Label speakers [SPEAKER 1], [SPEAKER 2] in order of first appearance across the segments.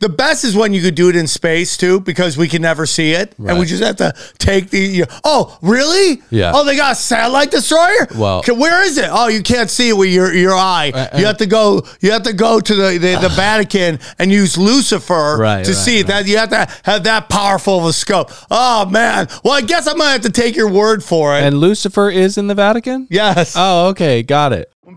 [SPEAKER 1] The best is when you could do it in space too, because we can never see it, and we
[SPEAKER 2] Right.
[SPEAKER 1] just have to take the. You oh, really?
[SPEAKER 2] Yeah.
[SPEAKER 1] Oh, they got a satellite destroyer.
[SPEAKER 2] Well-
[SPEAKER 1] Can- where is it? Oh, you can't see it with your your eye.
[SPEAKER 2] Uh,
[SPEAKER 1] you
[SPEAKER 2] uh,
[SPEAKER 1] have to go. You have to go to the the, the Vatican and use Lucifer
[SPEAKER 2] Right,
[SPEAKER 1] to
[SPEAKER 2] right,
[SPEAKER 1] see it. that. You have to have that powerful of a scope. Oh man. Well, I guess I'm gonna have to take your word for it.
[SPEAKER 2] And Lucifer is in the Vatican?
[SPEAKER 1] yes.
[SPEAKER 2] Oh, okay. Got it.
[SPEAKER 3] When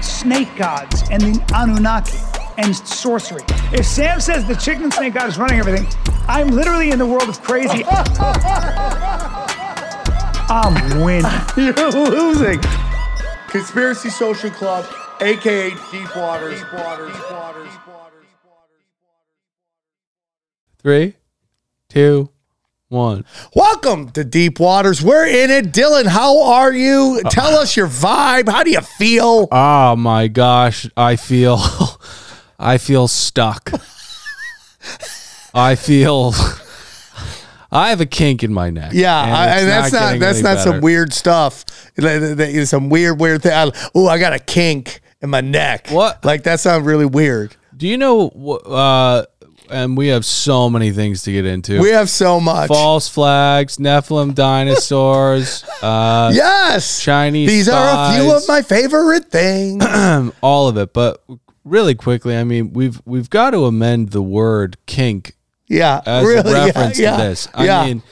[SPEAKER 3] snake gods and the Anunnaki and sorcery. If Sam says the chicken snake god is running everything, I'm literally in the world of crazy. I'm winning.
[SPEAKER 1] You're losing. Conspiracy Social Club, aka Deep Waters. Deep Waters. Deep Waters. Deep Waters.
[SPEAKER 2] Three, two, one.
[SPEAKER 1] Welcome to Deep Waters. We're in it. Dylan, how are you? Tell us your vibe. How do you feel?
[SPEAKER 2] Oh my gosh. I feel, I feel stuck. I feel, I have a kink in my neck.
[SPEAKER 1] Yeah, I,
[SPEAKER 2] it's
[SPEAKER 1] and that's not,
[SPEAKER 2] getting
[SPEAKER 1] that's
[SPEAKER 2] any
[SPEAKER 1] not some
[SPEAKER 2] better.
[SPEAKER 1] weird stuff. That- that is some weird weird thing. Oh, I got a kink in my neck.
[SPEAKER 2] What?
[SPEAKER 1] Like that sounds really weird.
[SPEAKER 2] Do you know, wh- uh, and we have so many things to get into.
[SPEAKER 1] We have so much.
[SPEAKER 2] False flags, Nephilim dinosaurs, uh,
[SPEAKER 1] Yes,
[SPEAKER 2] Chinese
[SPEAKER 1] These are a few of
[SPEAKER 2] spies.
[SPEAKER 1] my favorite things.
[SPEAKER 2] all of it. But really quickly, I mean, we've we've got to amend the word kink
[SPEAKER 1] Yeah,
[SPEAKER 2] as
[SPEAKER 1] really,
[SPEAKER 2] a
[SPEAKER 1] yeah,
[SPEAKER 2] reference
[SPEAKER 1] yeah,
[SPEAKER 2] to this. I
[SPEAKER 1] yeah.
[SPEAKER 2] mean,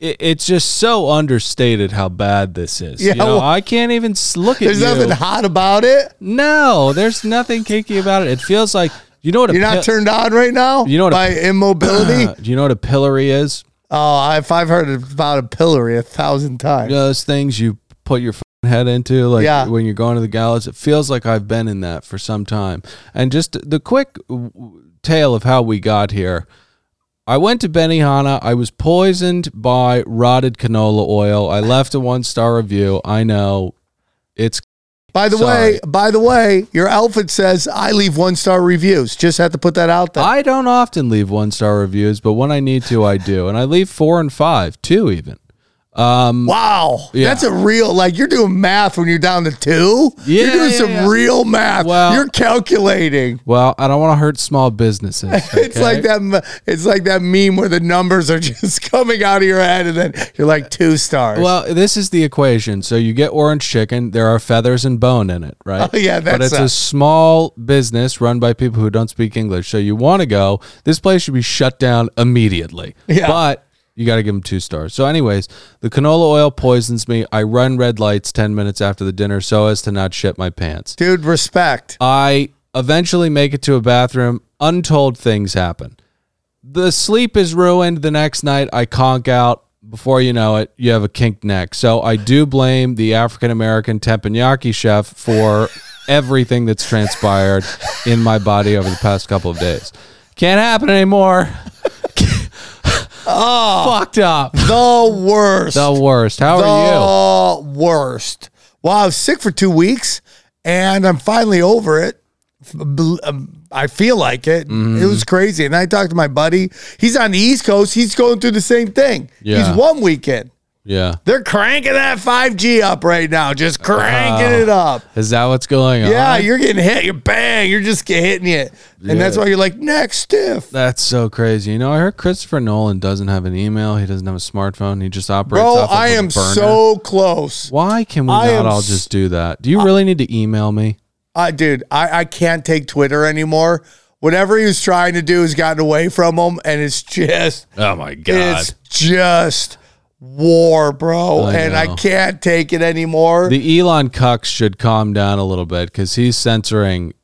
[SPEAKER 2] it, it's just so understated how bad this is.
[SPEAKER 1] Yeah,
[SPEAKER 2] you know,
[SPEAKER 1] well,
[SPEAKER 2] I can't even s- look at
[SPEAKER 1] there's
[SPEAKER 2] you.
[SPEAKER 1] nothing hot about it.
[SPEAKER 2] no, there's nothing kinky about it. It feels like you know what a
[SPEAKER 1] You're not
[SPEAKER 2] pil-
[SPEAKER 1] turned on right now.
[SPEAKER 2] You know what a-
[SPEAKER 1] by immobility.
[SPEAKER 2] Do you know what a pillory is?
[SPEAKER 1] oh, if I've heard about a pillory a thousand times.
[SPEAKER 2] You know those things you put your fucking head into, like
[SPEAKER 1] Yeah.
[SPEAKER 2] when you're going to the gallows. It feels like I've been in that for some time. And just the quick w- w- tale of how we got here. I went to Benihana. I was poisoned by rotted canola oil. I left a one star review. I know it's
[SPEAKER 1] By the
[SPEAKER 2] Sorry.
[SPEAKER 1] way, by the way, your outfit says I leave one star reviews. Just have to put that out there.
[SPEAKER 2] I don't often leave one star reviews, but when I need to, I do, and I leave four and five, two even.
[SPEAKER 1] wow,
[SPEAKER 2] Yeah.
[SPEAKER 1] that's a real like you're doing math when you're down to two.
[SPEAKER 2] Yeah,
[SPEAKER 1] you're doing
[SPEAKER 2] yeah,
[SPEAKER 1] some
[SPEAKER 2] yeah.
[SPEAKER 1] real math.
[SPEAKER 2] Well-
[SPEAKER 1] you're calculating.
[SPEAKER 2] Well, I don't want to hurt small businesses.
[SPEAKER 1] It's
[SPEAKER 2] okay?
[SPEAKER 1] like that. m- It's like that meme where the numbers are just coming out of your head, and then you're like two stars.
[SPEAKER 2] Well, this is the equation. So you get orange chicken. There are feathers and bone in it, right?
[SPEAKER 1] Oh, yeah,
[SPEAKER 2] But
[SPEAKER 1] that's
[SPEAKER 2] it's
[SPEAKER 1] a-
[SPEAKER 2] a small business run by people who don't speak English. So you want to go. This place should be shut down immediately.
[SPEAKER 1] Yeah.
[SPEAKER 2] But you got to give them two stars. So, anyways, the canola oil poisons me. I run red lights ten minutes after the dinner so as to not shit my pants.
[SPEAKER 1] dude, respect.
[SPEAKER 2] I eventually make it to a bathroom. Untold things happen. The sleep is ruined. The next night, I conk out. Before you know it, you have a kinked neck. So I do blame the African American teppanyaki chef for everything that's transpired in my body over the past couple of days. Can't happen anymore. oh, fucked up.
[SPEAKER 1] The worst.
[SPEAKER 2] The worst. How are you?
[SPEAKER 1] the worst. Well, I was sick for two weeks, and I'm finally over it. Bel- um, I feel like it.
[SPEAKER 2] Mm-hmm.
[SPEAKER 1] It was crazy. And I talked to my buddy. He's on the East Coast. He's going through the same thing.
[SPEAKER 2] Yeah.
[SPEAKER 1] He's one weekend.
[SPEAKER 2] Yeah.
[SPEAKER 1] They're cranking that 5G up right now. Just cranking
[SPEAKER 2] Oh.
[SPEAKER 1] it up.
[SPEAKER 2] Is that what's going on?
[SPEAKER 1] Yeah, you're getting hit. You bang. You're just get- hitting it, and that's
[SPEAKER 2] Yeah.
[SPEAKER 1] why you're like neck stiff,
[SPEAKER 2] That's so crazy. You know, I heard Christopher Nolan doesn't have an email. He doesn't have a smartphone. He just operates.
[SPEAKER 1] bro.
[SPEAKER 2] off of
[SPEAKER 1] I
[SPEAKER 2] a
[SPEAKER 1] am
[SPEAKER 2] burner.
[SPEAKER 1] so close.
[SPEAKER 2] Why can we
[SPEAKER 1] I am
[SPEAKER 2] not all
[SPEAKER 1] s-
[SPEAKER 2] just do that? Do you really need to email me?
[SPEAKER 1] I dude, I, I can't take Twitter anymore. Whatever he was trying to do has gotten away from him, and it's just
[SPEAKER 2] Oh my
[SPEAKER 1] it's just war, bro.
[SPEAKER 2] I
[SPEAKER 1] and
[SPEAKER 2] know.
[SPEAKER 1] I can't take it anymore.
[SPEAKER 2] The Elon cucks should calm down a little bit because he's censoring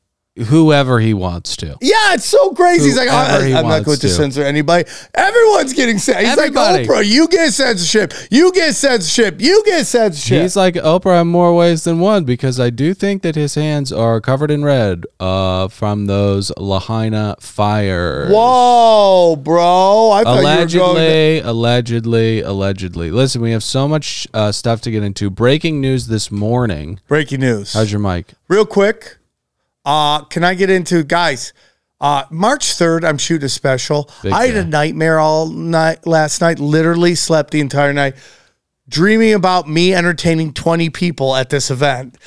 [SPEAKER 2] whoever he wants to.
[SPEAKER 1] Yeah, it's so crazy. He's like, I,
[SPEAKER 2] Whoever he
[SPEAKER 1] am not
[SPEAKER 2] wants
[SPEAKER 1] going to
[SPEAKER 2] to.
[SPEAKER 1] censor anybody. Everyone's getting censored. He's
[SPEAKER 2] Everybody.
[SPEAKER 1] like, Oprah, you get censorship. You get censorship. You get censorship.
[SPEAKER 2] He's like Oprah in more ways than one because I do think that his hands are covered in red uh, from those Lahaina fires.
[SPEAKER 1] Whoa, bro. I thought you were going.
[SPEAKER 2] Allegedly, allegedly, allegedly. Listen, we have so much uh, stuff to get into. Breaking news this morning.
[SPEAKER 1] Breaking news.
[SPEAKER 2] How's your mic?
[SPEAKER 1] Real quick, uh, can I get into guys? Uh, March third, I'm shooting a special.
[SPEAKER 2] Big
[SPEAKER 1] I had
[SPEAKER 2] day.
[SPEAKER 1] a nightmare all night last night. Literally slept the entire night, dreaming about me entertaining 20 people at this event.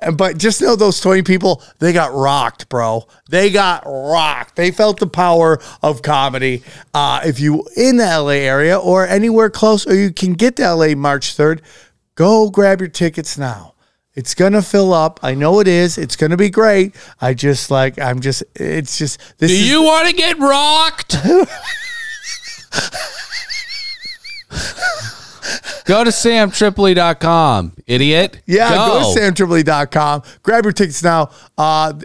[SPEAKER 1] And- but just know those 20 people, they got rocked, bro. They got rocked. They felt the power of comedy. Uh, if you in the LA area or anywhere close, or you can get to LA March 3rd, go grab your tickets now. It's gonna fill up. I know it is. It's gonna be great. I just like I'm just it's just this
[SPEAKER 2] Do
[SPEAKER 1] is
[SPEAKER 2] you want to get rocked? Go to samtripoli.com, idiot.
[SPEAKER 1] Yeah, go, to samtribly.com. Grab your tickets now. Uh, th-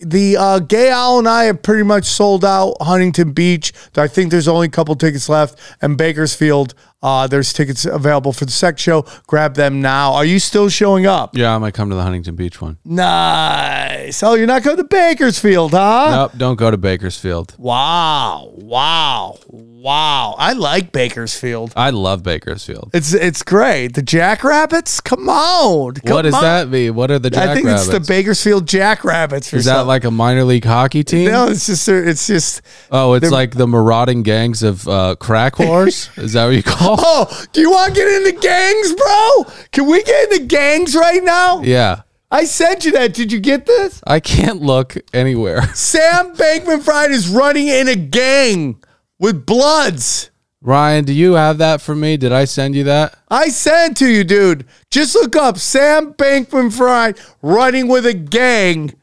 [SPEAKER 1] the uh, Gay Owl and I have pretty much sold out Huntington Beach. I think there's only a couple tickets left. And Bakersfield, uh, there's tickets available for the sex show. Grab them now. Are you still showing up?
[SPEAKER 2] Yeah, I might come to the Huntington Beach one.
[SPEAKER 1] Nice. Oh, you're not going to Bakersfield, huh?
[SPEAKER 2] Nope, don't go to Bakersfield.
[SPEAKER 1] Wow. Wow. Wow. I like Bakersfield.
[SPEAKER 2] I love Bakersfield.
[SPEAKER 1] It's it's great. The Jackrabbits? Come on. Come
[SPEAKER 2] what does
[SPEAKER 1] on.
[SPEAKER 2] that mean? What are the
[SPEAKER 1] I think
[SPEAKER 2] Jackrabbits?
[SPEAKER 1] it's the Bakersfield Jackrabbits. Or
[SPEAKER 2] Is that
[SPEAKER 1] something.
[SPEAKER 2] like a minor league hockey team?
[SPEAKER 1] No, it's just it's just.
[SPEAKER 2] oh, it's like the marauding gangs of uh, crack whores. Is that what you call? it?
[SPEAKER 1] Oh, do you want to get into gangs, bro? Can we get into gangs right now?
[SPEAKER 2] Yeah,
[SPEAKER 1] I sent you that. Did you get this?
[SPEAKER 2] I can't look anywhere.
[SPEAKER 1] Sam Bankman Fried is running in a gang with Bloods.
[SPEAKER 2] Ryan, do you have that for me? Did I send you that?
[SPEAKER 1] I sent to you, dude. Just look up Sam Bankman Fried running with a gang.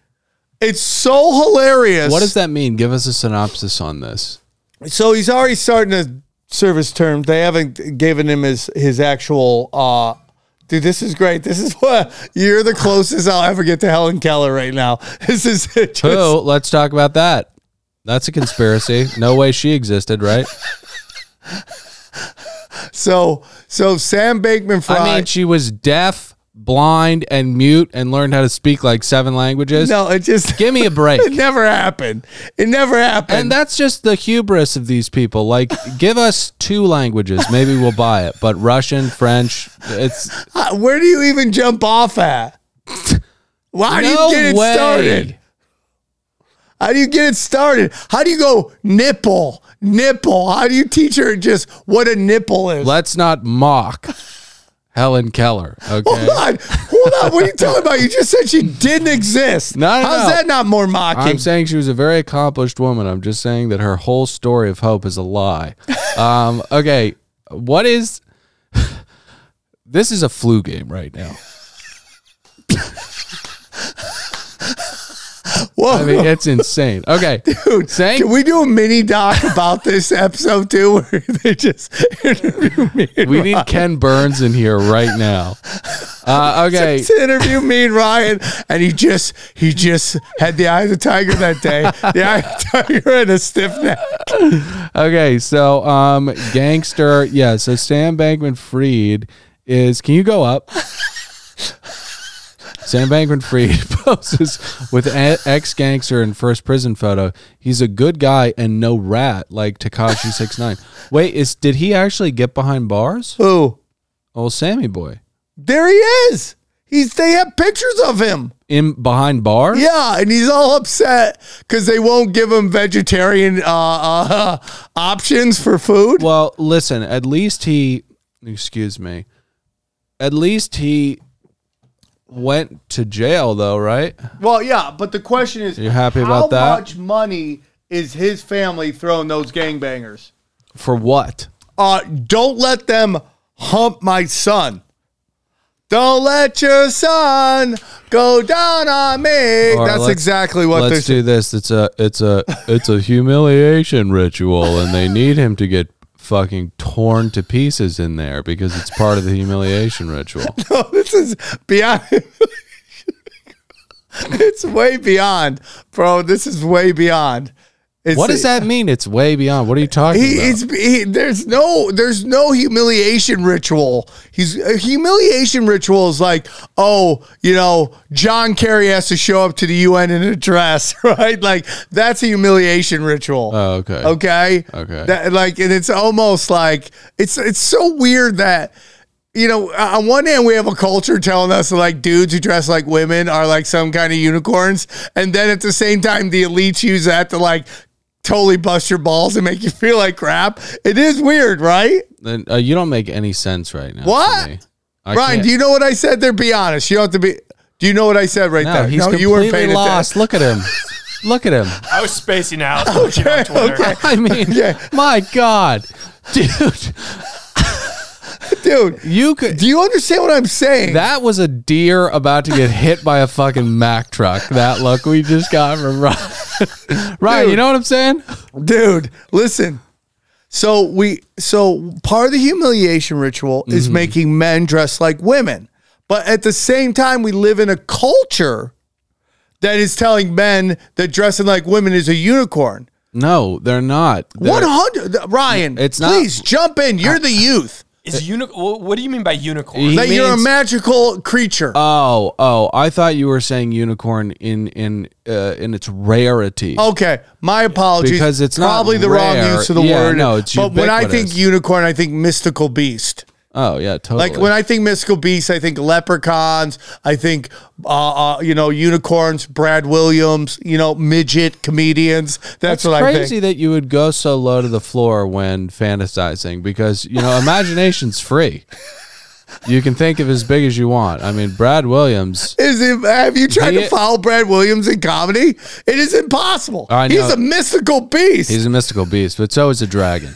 [SPEAKER 1] It's so hilarious.
[SPEAKER 2] What does that mean? Give us a synopsis on this.
[SPEAKER 1] So he's already starting to serve his term. They haven't given him his his actual. Uh, dude, this is great. This is what you're the closest I'll ever get to Helen Keller right now. This is just,
[SPEAKER 2] Who? Oh, Let's talk about that. That's a conspiracy. no way she existed, right?
[SPEAKER 1] so so. Sam Bankman Fried.
[SPEAKER 2] I mean, she was deaf, blind, and mute, and learned how to speak like seven languages.
[SPEAKER 1] no, it just
[SPEAKER 2] Give me a break.
[SPEAKER 1] it never happened. It never happened.
[SPEAKER 2] And that's just the hubris of these people. Like, give us two languages, maybe we'll buy it. But Russian, French, it's
[SPEAKER 1] Uh, Where do you even jump off at? Why do
[SPEAKER 2] no
[SPEAKER 1] you get it
[SPEAKER 2] way.
[SPEAKER 1] started? How do you get it started? How do you go nipple, nipple? How do you teach her just what a nipple is?
[SPEAKER 2] Let's not mock Helen Keller. Okay.
[SPEAKER 1] Hold on. Hold on. What are you talking about? You just said she didn't exist.
[SPEAKER 2] No, no,
[SPEAKER 1] How's
[SPEAKER 2] no.
[SPEAKER 1] that not more mocking?
[SPEAKER 2] I'm saying she was a very accomplished woman. I'm just saying that her whole story of hope is a lie. Um, okay, what is this? Is a flu game right now?
[SPEAKER 1] Whoa.
[SPEAKER 2] I mean, it's insane. Okay,
[SPEAKER 1] Dude,
[SPEAKER 2] saying
[SPEAKER 1] can we do a mini doc about this episode too, where they just interview me? And
[SPEAKER 2] we need Ken Burns in here right now. Uh, okay,
[SPEAKER 1] to interview me and Ryan, and he just he just had the eye of the tiger that day, the eye of the tiger and a stiff neck.
[SPEAKER 2] Okay, so um gangster, yeah, so Sam Bankman Freed is can you go up? Sam Bankman Freed poses with ex gangster in first prison photo. He's a good guy and no rat like Takashi 69. Wait, is did he actually get behind bars?
[SPEAKER 1] Who?
[SPEAKER 2] Old Sammy boy.
[SPEAKER 1] There he is. He's they have pictures of him.
[SPEAKER 2] In behind bars?
[SPEAKER 1] Yeah, and he's all upset because they won't give him vegetarian uh, uh, options for food.
[SPEAKER 2] Well, listen, at least he, excuse me, at least he went to jail though, right?
[SPEAKER 1] Well, yeah, but the question is,
[SPEAKER 2] You happy about that?
[SPEAKER 1] How much money is his family throwing those gangbangers?
[SPEAKER 2] For what?
[SPEAKER 1] Uh, don't let them hump my son. Don't let your son go down on me.
[SPEAKER 2] All right,
[SPEAKER 1] That's
[SPEAKER 2] let's-
[SPEAKER 1] exactly what they're
[SPEAKER 2] Let's
[SPEAKER 1] saying.
[SPEAKER 2] do this. It's a it's a it's a humiliation ritual, and they need him to get fucking torn to pieces in there because it's part of the humiliation ritual.
[SPEAKER 1] this is beyond. it's way beyond, bro. This is way beyond. It's,
[SPEAKER 2] What does that mean? It's way beyond. What are you talking
[SPEAKER 1] He,
[SPEAKER 2] about?
[SPEAKER 1] it's he, there's no there's no humiliation ritual. He's a humiliation ritual is like oh you know John Kerry has to show up to the UN in a dress right like that's a humiliation ritual.
[SPEAKER 2] Oh, okay.
[SPEAKER 1] Okay.
[SPEAKER 2] Okay.
[SPEAKER 1] That, like, and it's almost like it's it's so weird that you know on one hand we have a culture telling us that, like dudes who dress like women are like some kind of unicorns, and then at the same time the elites use that to like totally bust your balls and make you feel like crap. It is weird, right?
[SPEAKER 2] Then, uh, you don't make any sense right now. to
[SPEAKER 1] What?
[SPEAKER 2] me. I
[SPEAKER 1] Brian,
[SPEAKER 2] can't-
[SPEAKER 1] do you know what I said there? Be honest. You don't have to be. Do you know what I said right
[SPEAKER 2] no,
[SPEAKER 1] there?
[SPEAKER 2] he's completely
[SPEAKER 1] you weren't paying
[SPEAKER 2] lost. Look at him. Look at him.
[SPEAKER 4] I was spacing out. looking on Twitter.
[SPEAKER 1] okay.
[SPEAKER 2] I mean,
[SPEAKER 1] Yeah.
[SPEAKER 2] my God, dude,
[SPEAKER 1] attention, dude.
[SPEAKER 2] you could.
[SPEAKER 1] Do you understand what I'm saying?
[SPEAKER 2] That was a deer about to get hit by a fucking Mack truck. That look we just got from Ryan. Ryan, you
[SPEAKER 1] Dude.
[SPEAKER 2] know what I'm saying?
[SPEAKER 1] dude listen so we so part of the humiliation ritual
[SPEAKER 2] Mm-hmm.
[SPEAKER 1] is making men dress like women but at the same time we live in a culture that is telling men that dressing like women is a unicorn
[SPEAKER 2] No, they're not. They're-
[SPEAKER 1] 100 th- ryan
[SPEAKER 2] It's not-
[SPEAKER 1] please jump in you're the youth
[SPEAKER 4] Is uni- wh- What do you mean by unicorn?
[SPEAKER 2] He
[SPEAKER 1] that you're a
[SPEAKER 2] means-
[SPEAKER 1] magical creature
[SPEAKER 2] Oh, oh! I thought you were saying unicorn in in uh, in its rarity.
[SPEAKER 1] Okay, my apologies.
[SPEAKER 2] Because it's not
[SPEAKER 1] probably the wrong
[SPEAKER 2] rare.
[SPEAKER 1] use of the
[SPEAKER 2] Yeah,
[SPEAKER 1] word.
[SPEAKER 2] no, it's
[SPEAKER 1] but when I think
[SPEAKER 2] ubiquitous.
[SPEAKER 1] unicorn, I think mystical beast.
[SPEAKER 2] Oh, yeah, totally.
[SPEAKER 1] Like when I think mystical beasts, I think leprechauns. I think uh, uh, you know unicorns, Brad Williams, you know midget comedians. That's,
[SPEAKER 2] It's
[SPEAKER 1] what I think.
[SPEAKER 2] crazy that you would go so low to the floor when fantasizing because you know imagination's free. You can think of as big as you want. I mean, Brad Williams.
[SPEAKER 1] Is it, have you tried to
[SPEAKER 2] He-
[SPEAKER 1] follow Brad Williams in comedy? It is impossible.
[SPEAKER 2] I
[SPEAKER 1] He's
[SPEAKER 2] know.
[SPEAKER 1] a mystical beast.
[SPEAKER 2] He's a mystical beast, but so is a dragon.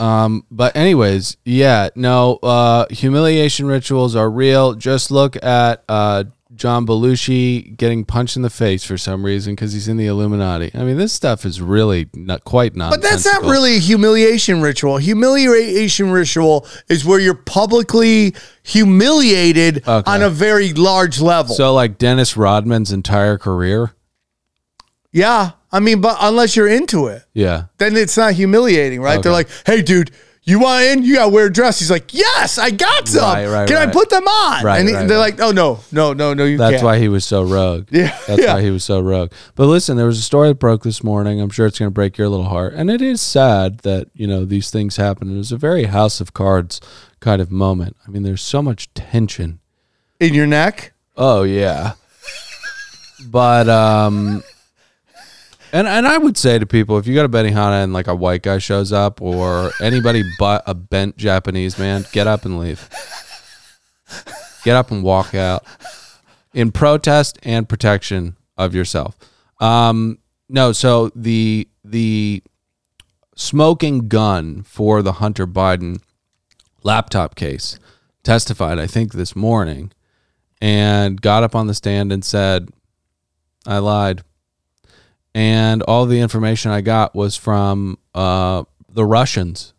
[SPEAKER 2] Um, but anyways, yeah, no, uh, humiliation rituals are real. Just look at uh, John Belushi getting punched in the face for some reason because he's in the Illuminati. I mean, this stuff is really not quite not.
[SPEAKER 1] But that's not really a humiliation ritual. Humiliation ritual is where you're publicly humiliated
[SPEAKER 2] Okay.
[SPEAKER 1] on a very large level.
[SPEAKER 2] So like Dennis Rodman's entire career.
[SPEAKER 1] yeah. I mean, but unless you're into it,
[SPEAKER 2] Yeah.
[SPEAKER 1] then it's not humiliating, right? They're like, hey, dude, you want in? You got to wear a dress. He's like, yes, I got some.
[SPEAKER 2] Right, right,
[SPEAKER 1] Can I
[SPEAKER 2] right.
[SPEAKER 1] put them on?
[SPEAKER 2] Right,
[SPEAKER 1] and he-
[SPEAKER 2] right,
[SPEAKER 1] they're
[SPEAKER 2] right.
[SPEAKER 1] like, oh, no, no, no, no, you
[SPEAKER 2] That's
[SPEAKER 1] can't.
[SPEAKER 2] why he was so rogue.
[SPEAKER 1] Yeah,
[SPEAKER 2] That's
[SPEAKER 1] yeah.
[SPEAKER 2] why he was so rogue. But listen, there was a story that broke this morning. I'm sure it's going to break your little heart. And it is sad that, you know, these things happen. It was a very House of Cards kind of moment. I mean, there's so much tension.
[SPEAKER 1] In your neck?
[SPEAKER 2] Oh, yeah. but, um,. And, and I would say to people, if you go to Benihana and like a white guy shows up or anybody but a bent Japanese man, get up and leave. Get up and walk out in protest and protection of yourself. Um, no, so the the smoking gun for the Hunter Biden laptop case testified, I think, this morning, and got up on the stand and said, "I lied," and all the information I got was from uh, the Russians.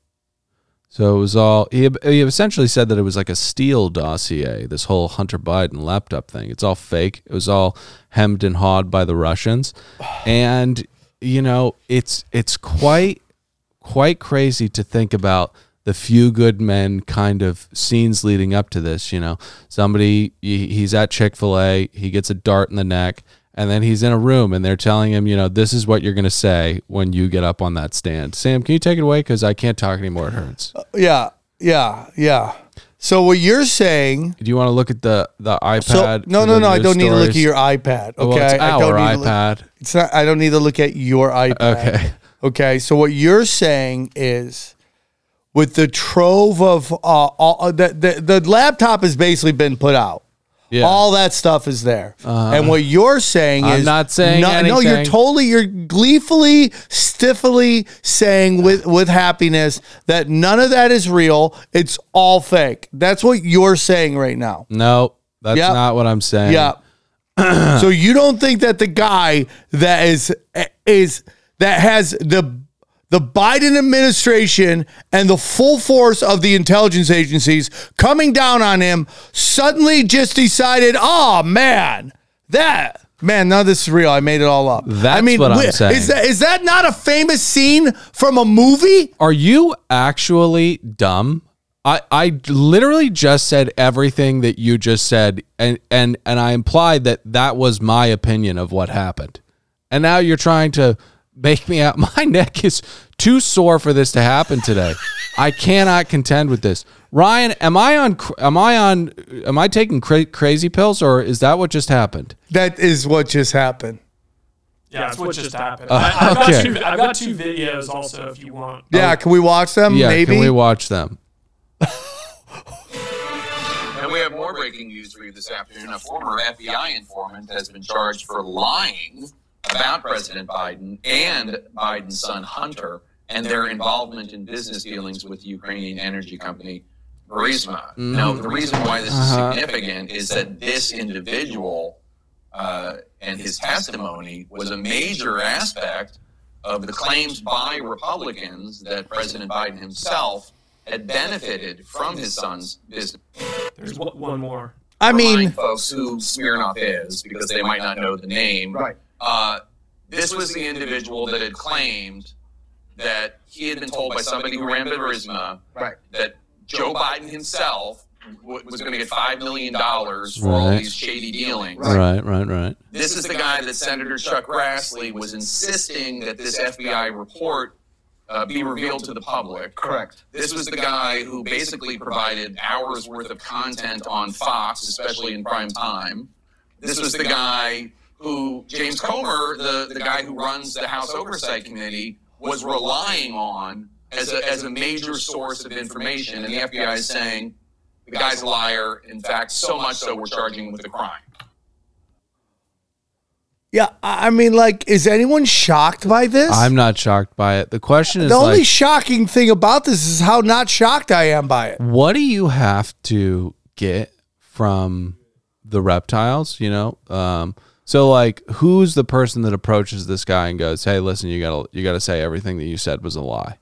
[SPEAKER 2] So it was all he, he essentially said that it was like a Steele dossier, this whole Hunter Biden laptop thing. It's all fake. It was all hemmed and hawed by the Russians, and you know it's it's quite quite crazy to think about the few good men kind of scenes leading up to this. You know, somebody he- he's at Chick fil A, he gets a dart in the neck, and then he's in a room and they're telling him, you know, this is what you're going to say when you get up on that stand. Sam, can you take it away? Because I can't talk anymore. It hurts.
[SPEAKER 1] Uh, Yeah, yeah, yeah. So what you're saying
[SPEAKER 2] Do you want to look at the the iPad?
[SPEAKER 1] So no,
[SPEAKER 2] for
[SPEAKER 1] no,
[SPEAKER 2] the
[SPEAKER 1] no. I
[SPEAKER 2] news
[SPEAKER 1] don't need to look at
[SPEAKER 2] stories?
[SPEAKER 1] your iPad. Okay,
[SPEAKER 2] Well, it's
[SPEAKER 1] I
[SPEAKER 2] our
[SPEAKER 1] don't need to look-
[SPEAKER 2] iPad. Uh,
[SPEAKER 1] it's not. I don't need to look at your iPad.
[SPEAKER 2] Okay.
[SPEAKER 1] Okay. So what you're saying is, with the trove of uh, all, the, the the laptop has basically been put out.
[SPEAKER 2] Yeah. Uh-huh.
[SPEAKER 1] All that stuff is there, and what you're saying
[SPEAKER 2] I'm
[SPEAKER 1] is
[SPEAKER 2] not saying
[SPEAKER 1] no, no. You're
[SPEAKER 2] anything.
[SPEAKER 1] totally, you're gleefully, stiffly saying with with happiness that none of that is real. It's all fake. That's what you're saying right now.
[SPEAKER 2] no, that's
[SPEAKER 1] Yep.
[SPEAKER 2] not what I'm saying.
[SPEAKER 1] Yeah. so you don't think that the guy that is is that has the the Biden administration and the full force of the intelligence agencies coming down on him suddenly just decided, "Oh man, That man, none of this is real. I made it all up.
[SPEAKER 2] That's
[SPEAKER 1] I mean,
[SPEAKER 2] what I'm
[SPEAKER 1] wi-
[SPEAKER 2] saying.
[SPEAKER 1] Is that is that not a famous scene from a movie?
[SPEAKER 2] Are you actually dumb? I, I literally just said everything that you just said and, and and I implied that that was my opinion of what happened. And now you're trying to make me out. My neck is too sore for this to happen today. I cannot contend with this. Ryan, am I on cr- am I on am I taking cra- crazy pills or is that what just happened?
[SPEAKER 1] That is what just happened.
[SPEAKER 4] Yeah, that's what just happened.
[SPEAKER 2] Uh,
[SPEAKER 4] I, I've,
[SPEAKER 2] okay.
[SPEAKER 4] got two, I've got two videos also if you want.
[SPEAKER 1] Yeah, can we watch them?
[SPEAKER 2] Oh. Yeah,
[SPEAKER 1] Maybe.
[SPEAKER 2] can we watch them?
[SPEAKER 5] And we have more breaking news for you this afternoon. A former FBI informant has been charged for lying about President Biden and Biden's son Hunter and their involvement in business dealings with the Ukrainian energy company Burisma. Now, the reason why this is significant is that this individual uh, and his testimony was a major aspect of the claims by Republicans that President Biden himself had benefited from his son's business
[SPEAKER 4] There's one, one more.
[SPEAKER 1] I mean,
[SPEAKER 5] remind folks who Smirnoff is because they might not know the name.
[SPEAKER 3] Right.
[SPEAKER 5] Uh, this was the individual that had claimed that he had been told by somebody who ran Burisma
[SPEAKER 3] Right.
[SPEAKER 5] that Joe Biden himself w- was going to get five million dollars for all
[SPEAKER 2] Right.
[SPEAKER 5] these shady dealings.
[SPEAKER 1] Uh,
[SPEAKER 2] Right, right, right.
[SPEAKER 5] This is the guy that Senator Chuck Grassley was insisting that this FBI report uh, be revealed to the public.
[SPEAKER 3] Correct.
[SPEAKER 5] This was the guy who basically provided hours worth of content on Fox, especially in prime time. This was the guy who James Comer, the, the guy who runs the House Oversight Committee, was relying on as a, as a major source of information. And the FBI is saying the guy's a liar. In fact, so much so we're charging him with a crime.
[SPEAKER 1] yeah, I I mean, like, is anyone shocked by this?
[SPEAKER 2] I'm not shocked by it. The question is
[SPEAKER 1] the only
[SPEAKER 2] like,
[SPEAKER 1] shocking thing about this is how not shocked I am by it.
[SPEAKER 2] what do you have to get from the reptiles you know um so like who's the person that approaches this guy and goes hey listen you gotta you gotta say everything that you said was a lie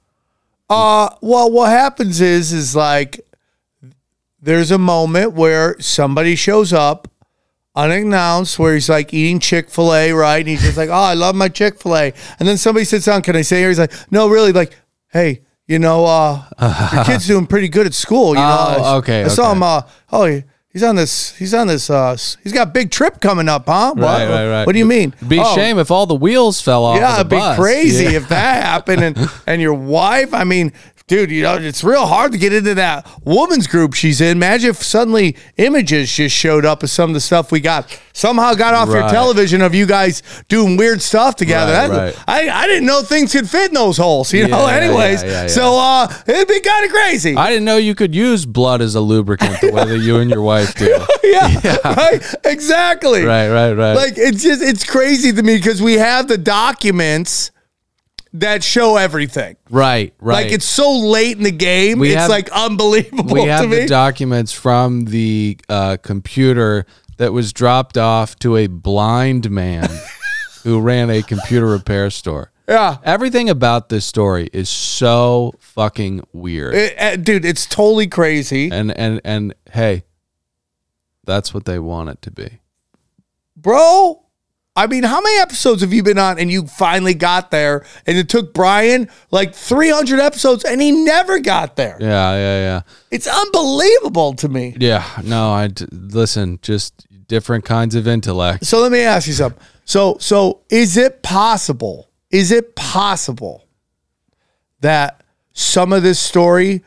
[SPEAKER 1] Uh, well, what happens is, is like there's a moment where somebody shows up unannounced where he's like eating Chick fil A, right? And he's just like, oh, I love my Chick fil A. And then somebody sits down, can I say here? He's like, no, really, like, hey, you know, uh, your kid's doing pretty good at school. You know,
[SPEAKER 2] Oh, okay,
[SPEAKER 1] I saw
[SPEAKER 2] okay.
[SPEAKER 1] him. Uh, oh, he- he's on this. He's on this. Uh, s- he's got a big trip coming up, huh? What?
[SPEAKER 2] Right, right, right.
[SPEAKER 1] What do you mean?
[SPEAKER 2] It'd be a
[SPEAKER 1] "Oh,
[SPEAKER 2] shame if all the wheels fell off
[SPEAKER 1] yeah,
[SPEAKER 2] of
[SPEAKER 1] it'd
[SPEAKER 2] the
[SPEAKER 1] be
[SPEAKER 2] bus.
[SPEAKER 1] crazy
[SPEAKER 2] Yeah.
[SPEAKER 1] if that happened. And and your wife, I mean, dude, you know, it's real hard to get into that woman's group she's in. Imagine if suddenly images just showed up of some of the stuff we got. Somehow got off your
[SPEAKER 2] Right.
[SPEAKER 1] television of you guys doing weird stuff together.
[SPEAKER 2] Right,
[SPEAKER 1] That-
[SPEAKER 2] right.
[SPEAKER 1] I, I didn't know things could fit in those holes, you know.
[SPEAKER 2] Yeah,
[SPEAKER 1] Anyways,
[SPEAKER 2] yeah, yeah,
[SPEAKER 1] so uh it'd be kind of crazy.
[SPEAKER 2] i didn't know you could use blood as a lubricant the way that you and your wife do
[SPEAKER 1] yeah, Right. Exactly.
[SPEAKER 2] right right right
[SPEAKER 1] like it's just it's crazy to me because we have the documents that show everything.
[SPEAKER 2] right right
[SPEAKER 1] Like it's so late in the game,
[SPEAKER 2] We
[SPEAKER 1] it's
[SPEAKER 2] have-
[SPEAKER 1] like unbelievable
[SPEAKER 2] we
[SPEAKER 1] to
[SPEAKER 2] have
[SPEAKER 1] me.
[SPEAKER 2] the documents from the uh, computer that was dropped off to a blind man who ran a computer repair store.
[SPEAKER 1] yeah,
[SPEAKER 2] Everything about this story is so fucking weird.
[SPEAKER 1] It- uh, dude, it's totally crazy,
[SPEAKER 2] and and and hey, that's what they want it to be.
[SPEAKER 1] bro. I mean, how many episodes have you been on, and you finally got there? And it took Brian like 300 episodes, and he never got there.
[SPEAKER 2] Yeah, yeah,
[SPEAKER 1] It's unbelievable to me.
[SPEAKER 2] yeah. Yeah, no, I d- listen, just different kinds of intellect.
[SPEAKER 1] So let me ask you something. So, so is it possible? Is it possible that some of this story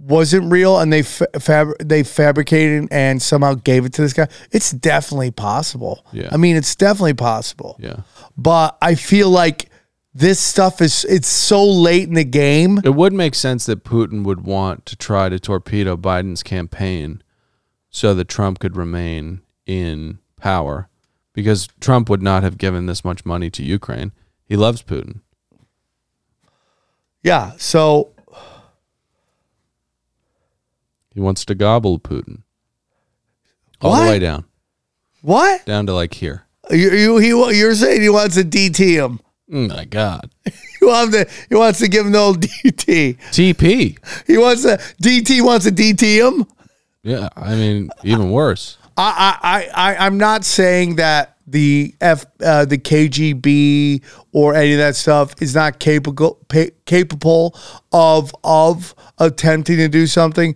[SPEAKER 1] wasn't real and they fa- fab- they fabricated and somehow gave it to this guy? It's definitely possible.
[SPEAKER 2] Yeah.
[SPEAKER 1] I mean, it's definitely possible.
[SPEAKER 2] Yeah.
[SPEAKER 1] But I feel like this stuff is it's so late in the game.
[SPEAKER 2] It would make sense that Putin would want to try to torpedo Biden's campaign so that Trump could remain in power because Trump would not have given this much money to Ukraine. He loves Putin.
[SPEAKER 1] Yeah. So
[SPEAKER 2] He wants to gobble Putin all
[SPEAKER 1] What?
[SPEAKER 2] the way down,
[SPEAKER 1] what
[SPEAKER 2] down to like here.
[SPEAKER 1] you you he, you're saying he wants to DT him?
[SPEAKER 2] Mm, my God.
[SPEAKER 1] He wants to he wants to give him the old DT.
[SPEAKER 2] TP.
[SPEAKER 1] He wants a DT wants a DT him.
[SPEAKER 2] Yeah. I mean, even worse.
[SPEAKER 1] I, I, I, I'm not saying that the F, uh, the KGB or any of that stuff is not capable pa- capable of of attempting to do something.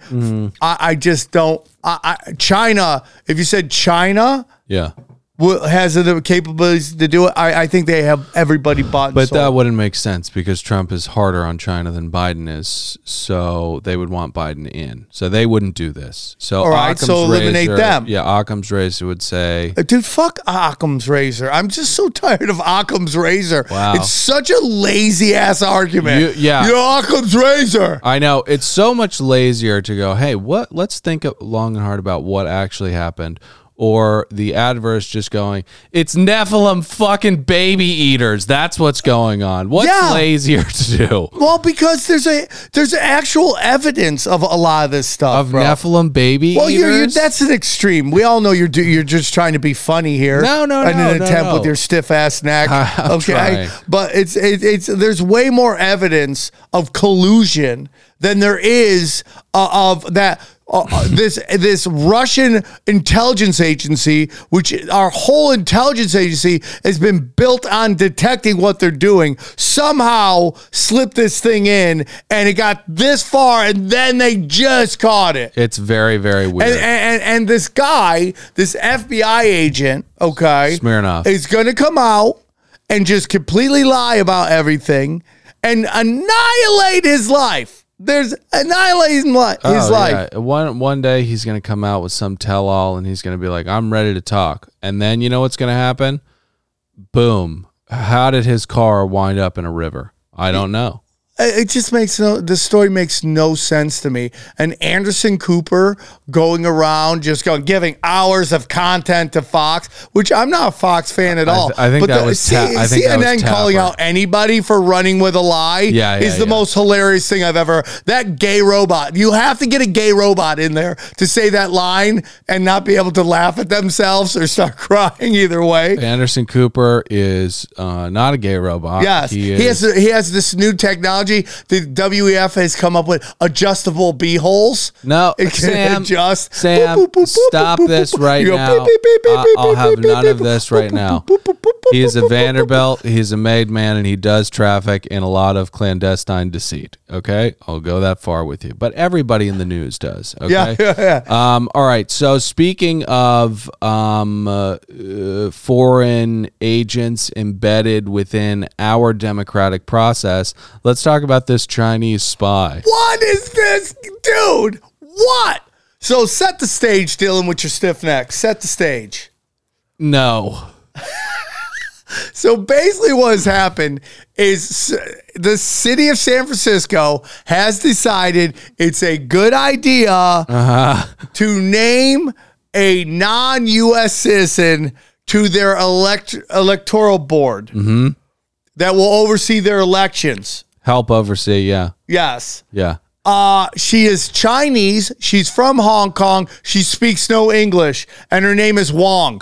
[SPEAKER 1] I, I just don't. I, I, China. If you said China
[SPEAKER 2] Yeah.
[SPEAKER 1] will, has the capabilities to do it, I, I think they have everybody bought. and
[SPEAKER 2] But uh,
[SPEAKER 1] sold.
[SPEAKER 2] that wouldn't make sense because Trump is harder on China than Biden is. So they would want Biden in. So they wouldn't do this. So
[SPEAKER 1] All right, so eliminate
[SPEAKER 2] razor-
[SPEAKER 1] them.
[SPEAKER 2] Yeah, Occam's razor would say
[SPEAKER 1] Uh, Dude, fuck Occam's razor. I'm just so tired of Occam's razor.
[SPEAKER 2] Wow.
[SPEAKER 1] It's such a lazy ass argument.
[SPEAKER 2] You- yeah. Uh,
[SPEAKER 1] You're Occam's razor.
[SPEAKER 2] I know it's so much lazier to go, hey, what? Let's think of- long and hard about what actually happened, or the adverse just going, it's Nephilim fucking baby eaters. That's what's going on. What's
[SPEAKER 1] Yeah.
[SPEAKER 2] lazier to do?
[SPEAKER 1] Well, because there's a there's actual evidence of a lot of this stuff.
[SPEAKER 2] Of
[SPEAKER 1] bro.
[SPEAKER 2] Nephilim baby
[SPEAKER 1] well,
[SPEAKER 2] eaters?
[SPEAKER 1] you're, you're that's an extreme. We all know you're do, you're just trying to be funny here.
[SPEAKER 2] No, no,
[SPEAKER 1] and
[SPEAKER 2] no,
[SPEAKER 1] an
[SPEAKER 2] no,
[SPEAKER 1] attempt with
[SPEAKER 2] no.
[SPEAKER 1] your stiff ass neck.
[SPEAKER 2] I'm
[SPEAKER 1] okay,
[SPEAKER 2] trying.
[SPEAKER 1] but it's it, it's there's way more evidence of collusion than there is uh, of that. Uh, uh, this this Russian intelligence agency, which our whole intelligence agency has been built on detecting what they're doing, somehow slipped this thing in, and it got this far, and then they just caught it.
[SPEAKER 2] it's very, very weird.
[SPEAKER 1] And, and, and and this guy, this FBI agent, okay,
[SPEAKER 2] Smirnoff.
[SPEAKER 1] is going to come out and just completely lie about everything and annihilate his life. There's annihilate his, li- his
[SPEAKER 2] Oh,
[SPEAKER 1] life.
[SPEAKER 2] yeah. One one day he's gonna come out with some tell all and he's gonna be like, I'm ready to talk. And then you know what's gonna happen? Boom. How did his car wind up in a river? I don't know.
[SPEAKER 1] It it just makes no. The story makes no sense to me. And Anderson Cooper going around just going giving hours of content to Fox, which I'm not a Fox fan at
[SPEAKER 2] I
[SPEAKER 1] all.
[SPEAKER 2] th- I think that was Ta- I think that
[SPEAKER 1] CNN
[SPEAKER 2] was
[SPEAKER 1] calling
[SPEAKER 2] Tapper.
[SPEAKER 1] out anybody for running with a lie
[SPEAKER 2] Yeah, yeah,
[SPEAKER 1] is the
[SPEAKER 2] yeah.
[SPEAKER 1] most hilarious thing I've ever. That gay robot. You have to get a gay robot in there to say that line and not be able to laugh at themselves or start crying either way.
[SPEAKER 2] Anderson Cooper is uh, not a gay robot.
[SPEAKER 1] Yes,
[SPEAKER 2] He
[SPEAKER 1] he,
[SPEAKER 2] is
[SPEAKER 1] has he has this new technology. The WEF has come up with adjustable bee holes.
[SPEAKER 2] No,
[SPEAKER 1] it can
[SPEAKER 2] Sam,
[SPEAKER 1] adjust.
[SPEAKER 2] Sam,
[SPEAKER 1] Boop, boop, boop, boop,
[SPEAKER 2] stop
[SPEAKER 1] boop, boop,
[SPEAKER 2] this
[SPEAKER 1] boop.
[SPEAKER 2] right
[SPEAKER 1] You go
[SPEAKER 2] now.
[SPEAKER 1] beep, beep, beep,
[SPEAKER 2] I-
[SPEAKER 1] beep,
[SPEAKER 2] I'll
[SPEAKER 1] beep,
[SPEAKER 2] have
[SPEAKER 1] beep,
[SPEAKER 2] none
[SPEAKER 1] beep,
[SPEAKER 2] of
[SPEAKER 1] boop,
[SPEAKER 2] this
[SPEAKER 1] boop,
[SPEAKER 2] right
[SPEAKER 1] boop,
[SPEAKER 2] now.
[SPEAKER 1] boop, boop, boop,
[SPEAKER 2] He is a
[SPEAKER 1] boop, boop, boop,
[SPEAKER 2] Vanderbilt. He's a made man, and he does traffic in a lot of clandestine deceit. Okay, I'll go that far with you. But everybody in the news does. Okay.
[SPEAKER 1] Yeah, yeah,
[SPEAKER 2] Um, all right. So speaking of um, uh, uh, foreign agents embedded within our democratic process, let's talk about this Chinese spy.
[SPEAKER 1] What is this, dude? What? So set the stage, Dylan, with your stiff neck. Set the stage.
[SPEAKER 2] No.
[SPEAKER 1] So basically, what has happened is s- the city of San Francisco has decided it's a good idea to name a non US citizen to their elect- electoral board that will oversee their elections.
[SPEAKER 2] Help oversee. Yeah.
[SPEAKER 1] Yes.
[SPEAKER 2] Yeah.
[SPEAKER 1] Uh, she is Chinese. She's from Hong Kong. She speaks no English, and her name is Wong.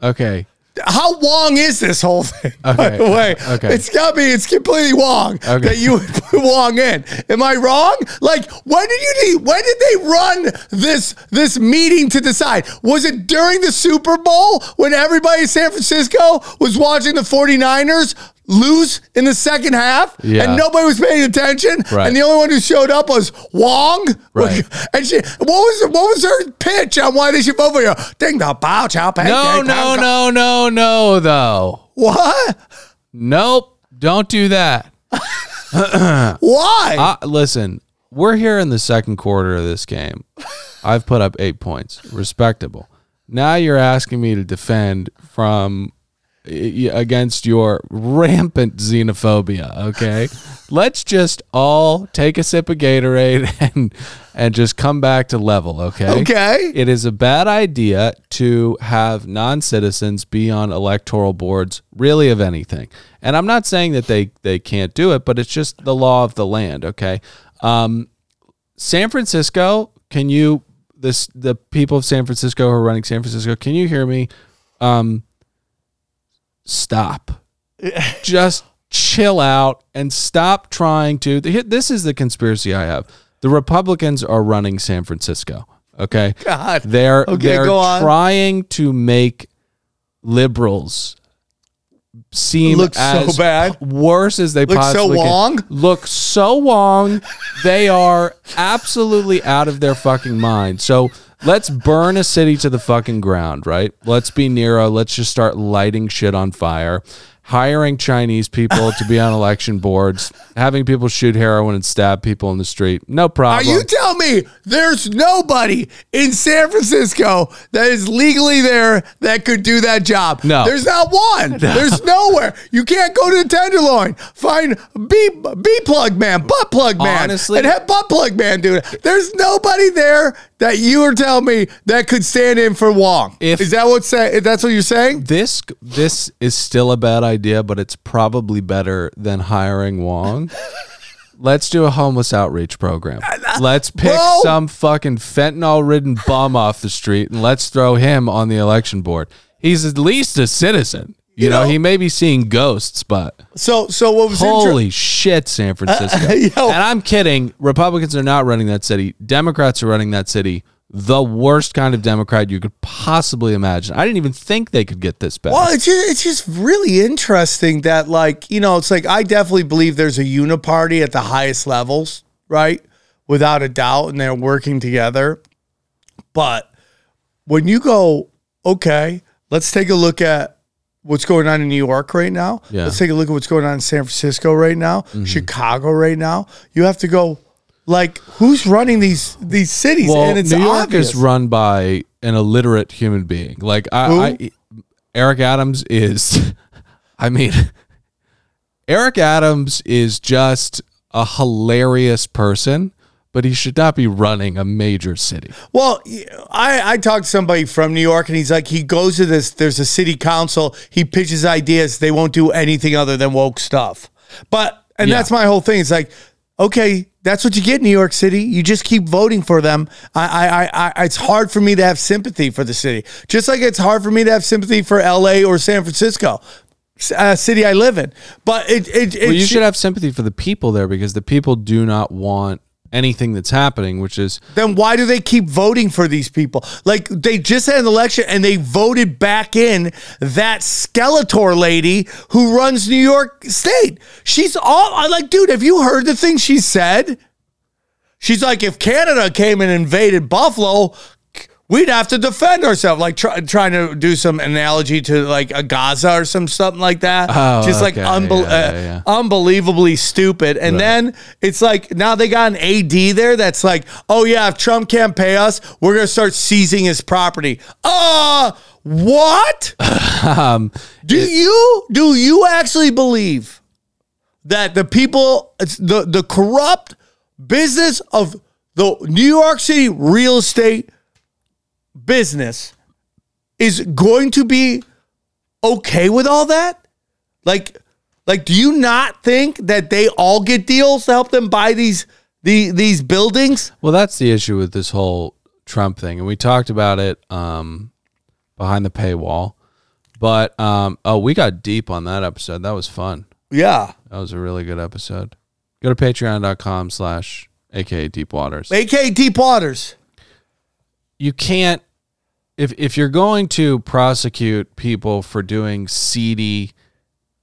[SPEAKER 2] Okay.
[SPEAKER 1] how wrong is this whole thing? by
[SPEAKER 2] Okay,
[SPEAKER 1] the way,
[SPEAKER 2] okay.
[SPEAKER 1] it's got me. It's completely wrong that you would put Wong in. Am I wrong? Like, when did you? When did they run this this meeting to decide? Was it during the Super Bowl when everybody in San Francisco was watching the 49ers? Lose in the second half,
[SPEAKER 2] Yeah.
[SPEAKER 1] and nobody was paying attention,
[SPEAKER 2] Right.
[SPEAKER 1] and the only one who showed up was Wong.
[SPEAKER 2] Right.
[SPEAKER 1] and she, what was what was her pitch on why they should vote for you? Ding the bow, chow, bang,
[SPEAKER 2] No,
[SPEAKER 1] dang,
[SPEAKER 2] no,
[SPEAKER 1] dong, dong.
[SPEAKER 2] no, no, no, though.
[SPEAKER 1] What?
[SPEAKER 2] Nope. Don't do that.
[SPEAKER 1] Why?
[SPEAKER 2] Uh, listen, we're here in the second quarter of this game. I've put up eight points. Respectable. Now you're asking me to defend from y- against your rampant xenophobia, okay? Let's just all take a sip of Gatorade and and just come back to level, okay?
[SPEAKER 1] okay.
[SPEAKER 2] It is a bad idea to have non citizens be on electoral boards, really, of anything. And I'm not saying that they, they can't do it, but it's just the law of the land, okay? Um, San Francisco, can you, this the people of San Francisco who are running San Francisco, can you hear me? Um, stop. just chill out and stop trying to. This is the conspiracy I have. The Republicans are running San Francisco. Okay.
[SPEAKER 1] God.
[SPEAKER 2] They're
[SPEAKER 1] Okay,
[SPEAKER 2] they're
[SPEAKER 1] go on.
[SPEAKER 2] trying to make liberals seem
[SPEAKER 1] Look so
[SPEAKER 2] as
[SPEAKER 1] bad.
[SPEAKER 2] worse as they
[SPEAKER 1] Look so
[SPEAKER 2] possibly can.
[SPEAKER 1] wrong.
[SPEAKER 2] Look so wrong. They are absolutely out of their fucking mind. So let's burn a city to the fucking ground, right? Let's be Nero. Let's just start lighting shit on fire. Hiring Chinese people to be on election boards, having people shoot heroin and stab people in the street. No
[SPEAKER 1] Are
[SPEAKER 2] problem.
[SPEAKER 1] you telling me there's nobody in San Francisco that is legally there that could do that job?
[SPEAKER 2] No.
[SPEAKER 1] There's not one. There's nowhere. You can't go to the Tenderloin. Find B B plug man, butt plug man.
[SPEAKER 2] Honestly-
[SPEAKER 1] And have butt plug man do it. There's nobody there that you are telling me that could stand in for Wong.
[SPEAKER 2] If-
[SPEAKER 1] is that what say that's what you're saying?
[SPEAKER 2] this this is still a bad idea, but it's probably better than hiring Wong. Let's do a homeless outreach program. Let's pick
[SPEAKER 1] Bro!
[SPEAKER 2] some fucking fentanyl ridden bum off the street and let's throw him on the election board. He's at least a citizen. You, know,
[SPEAKER 1] know-
[SPEAKER 2] he may be seeing ghosts, but
[SPEAKER 1] So so what was inter-
[SPEAKER 2] holy shit, San Francisco.
[SPEAKER 1] Uh, yo.
[SPEAKER 2] and I'm kidding. Republicans are not running that city. Democrats are running that city. The worst kind of Democrat you could possibly imagine. I didn't even think they could get this bad.
[SPEAKER 1] Well, it's just, it's just really interesting that like you know, it's like I definitely believe there's a uniparty at the highest levels, right? Without a doubt, and they're working together. But when you go, okay, let's take a look at what's going on in New York right now.
[SPEAKER 2] Yeah. Mm-hmm.
[SPEAKER 1] Let's take a look at what's going on in San Francisco right now, Chicago right now. You have to go, like, who's running these these cities?
[SPEAKER 2] Well,
[SPEAKER 1] and it's
[SPEAKER 2] New York
[SPEAKER 1] obvious.
[SPEAKER 2] is run by an illiterate human being. Like
[SPEAKER 1] Who?
[SPEAKER 2] I, I Eric Adams is, I mean, Eric Adams is just a hilarious person, but he should not be running a major city.
[SPEAKER 1] Well, I, I talked to somebody from New York, and he's like, he goes to this. There's a city council. He pitches ideas. They won't do anything other than woke stuff. But and
[SPEAKER 2] Yeah.
[SPEAKER 1] that's my whole thing. It's like, okay, that's what you get in New York City. You just keep voting for them. I, I, I, I it's hard for me to have sympathy for the city, just like it's hard for me to have sympathy for L.A. or San Francisco, s- uh, city I live in. But it, it, it
[SPEAKER 2] Well, you
[SPEAKER 1] should-
[SPEAKER 2] should have sympathy for the people there because the people do not want anything that's happening, which is
[SPEAKER 1] then why do they keep voting for these people? Like they just had an election and they voted back in that Skeletor lady who runs New York State. She's all I like, dude. Have you heard the thing she said? She's like, if Canada came and invaded Buffalo, we'd have to defend ourselves. Like try, trying to do some analogy to like a Gaza or some something like that.
[SPEAKER 2] Oh,
[SPEAKER 1] just like
[SPEAKER 2] okay.
[SPEAKER 1] unbel- uh,
[SPEAKER 2] Yeah, yeah, yeah.
[SPEAKER 1] unbelievably stupid. And then it's like now they got an AD there that's like, oh yeah, if Trump can't pay us, we're gonna start seizing his property. Uh what?
[SPEAKER 2] Um,
[SPEAKER 1] do you do you actually believe that the people, it's the the corrupt business of the New York City real estate business is going to be okay with all that? Like, like, do you not think that they all get deals to help them buy these the these buildings?
[SPEAKER 2] Well, that's the issue with this whole Trump thing, and we talked about it um, behind the paywall. But um, oh, we got deep on that episode. That was fun.
[SPEAKER 1] Yeah.
[SPEAKER 2] That was a really good episode. Go to patreon.com slash aka deep waters.
[SPEAKER 1] AKA Deep Waters.
[SPEAKER 2] You can't if if you're going to prosecute people for doing seedy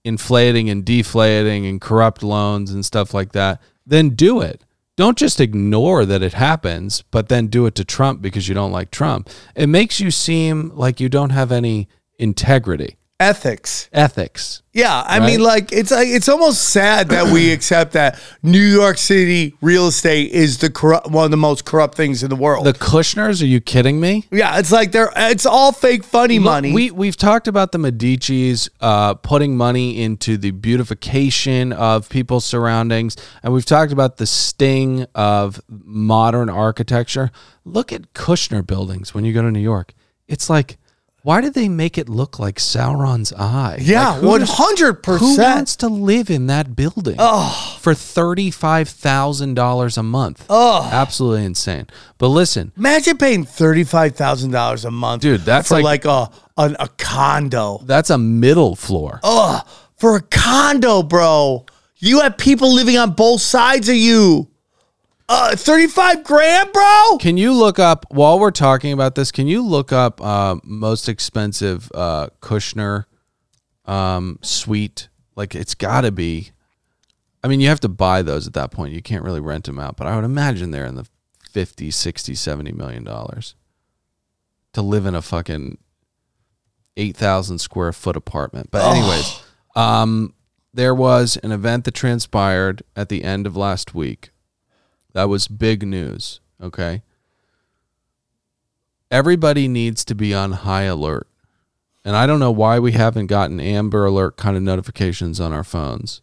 [SPEAKER 2] inflating and deflating and corrupt loans and stuff like that, then do it. Don't just ignore that it happens, but then do it to Trump because you don't like Trump. It makes you seem like you don't have any integrity,
[SPEAKER 1] Ethics.
[SPEAKER 2] ethics.
[SPEAKER 1] Yeah, I
[SPEAKER 2] Right?
[SPEAKER 1] mean, like it's like it's almost sad that we accept that New York City real estate is the corrupt one of the most corrupt things in the world.
[SPEAKER 2] The Kushners, are you kidding me?
[SPEAKER 1] yeah, it's like they're it's all fake funny
[SPEAKER 2] Look,
[SPEAKER 1] money.
[SPEAKER 2] We we've talked about the Medici's uh, putting money into the beautification of people's surroundings, and we've talked about the sting of modern architecture. Look at Kushner buildings when you go to New York. It's like, why did they make it look like Sauron's eye?
[SPEAKER 1] yeah,
[SPEAKER 2] Like, who
[SPEAKER 1] one
[SPEAKER 2] does-
[SPEAKER 1] hundred
[SPEAKER 2] Who wants
[SPEAKER 1] percent.
[SPEAKER 2] to live in that building for thirty five thousand dollars a month? Oh, absolutely insane. But listen,
[SPEAKER 1] Imagine paying thirty five thousand dollars a month,
[SPEAKER 2] Dude, that's
[SPEAKER 1] for
[SPEAKER 2] like-
[SPEAKER 1] like, a, a a condo
[SPEAKER 2] that's a middle floor.
[SPEAKER 1] for a condo, bro. You have people living on both sides of you. uh, 35 grand, bro?
[SPEAKER 2] Can you look up while we're talking about this? Can you look up uh, most expensive uh, Kushner um, suite? Like it's got to be. I mean, you have to buy those at that point. You can't really rent them out, but I would imagine they're in the 50, 60, 70 million dollars to live in a fucking 8,000 square foot apartment. But anyways, um there was an event that transpired at the end of last week that was big news. Okay. Everybody needs to be on high alert. And I don't know why we haven't gotten Amber Alert kind of notifications on our phones.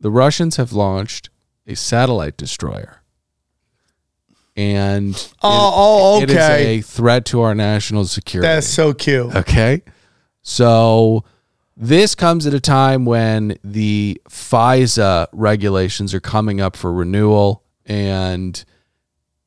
[SPEAKER 2] The Russians have launched a satellite destroyer. And it-
[SPEAKER 1] Oh, oh,
[SPEAKER 2] it is
[SPEAKER 1] okay.
[SPEAKER 2] a threat to our national security.
[SPEAKER 1] That's so cute.
[SPEAKER 2] Okay. So this comes at a time when the FISA regulations are coming up for renewal. And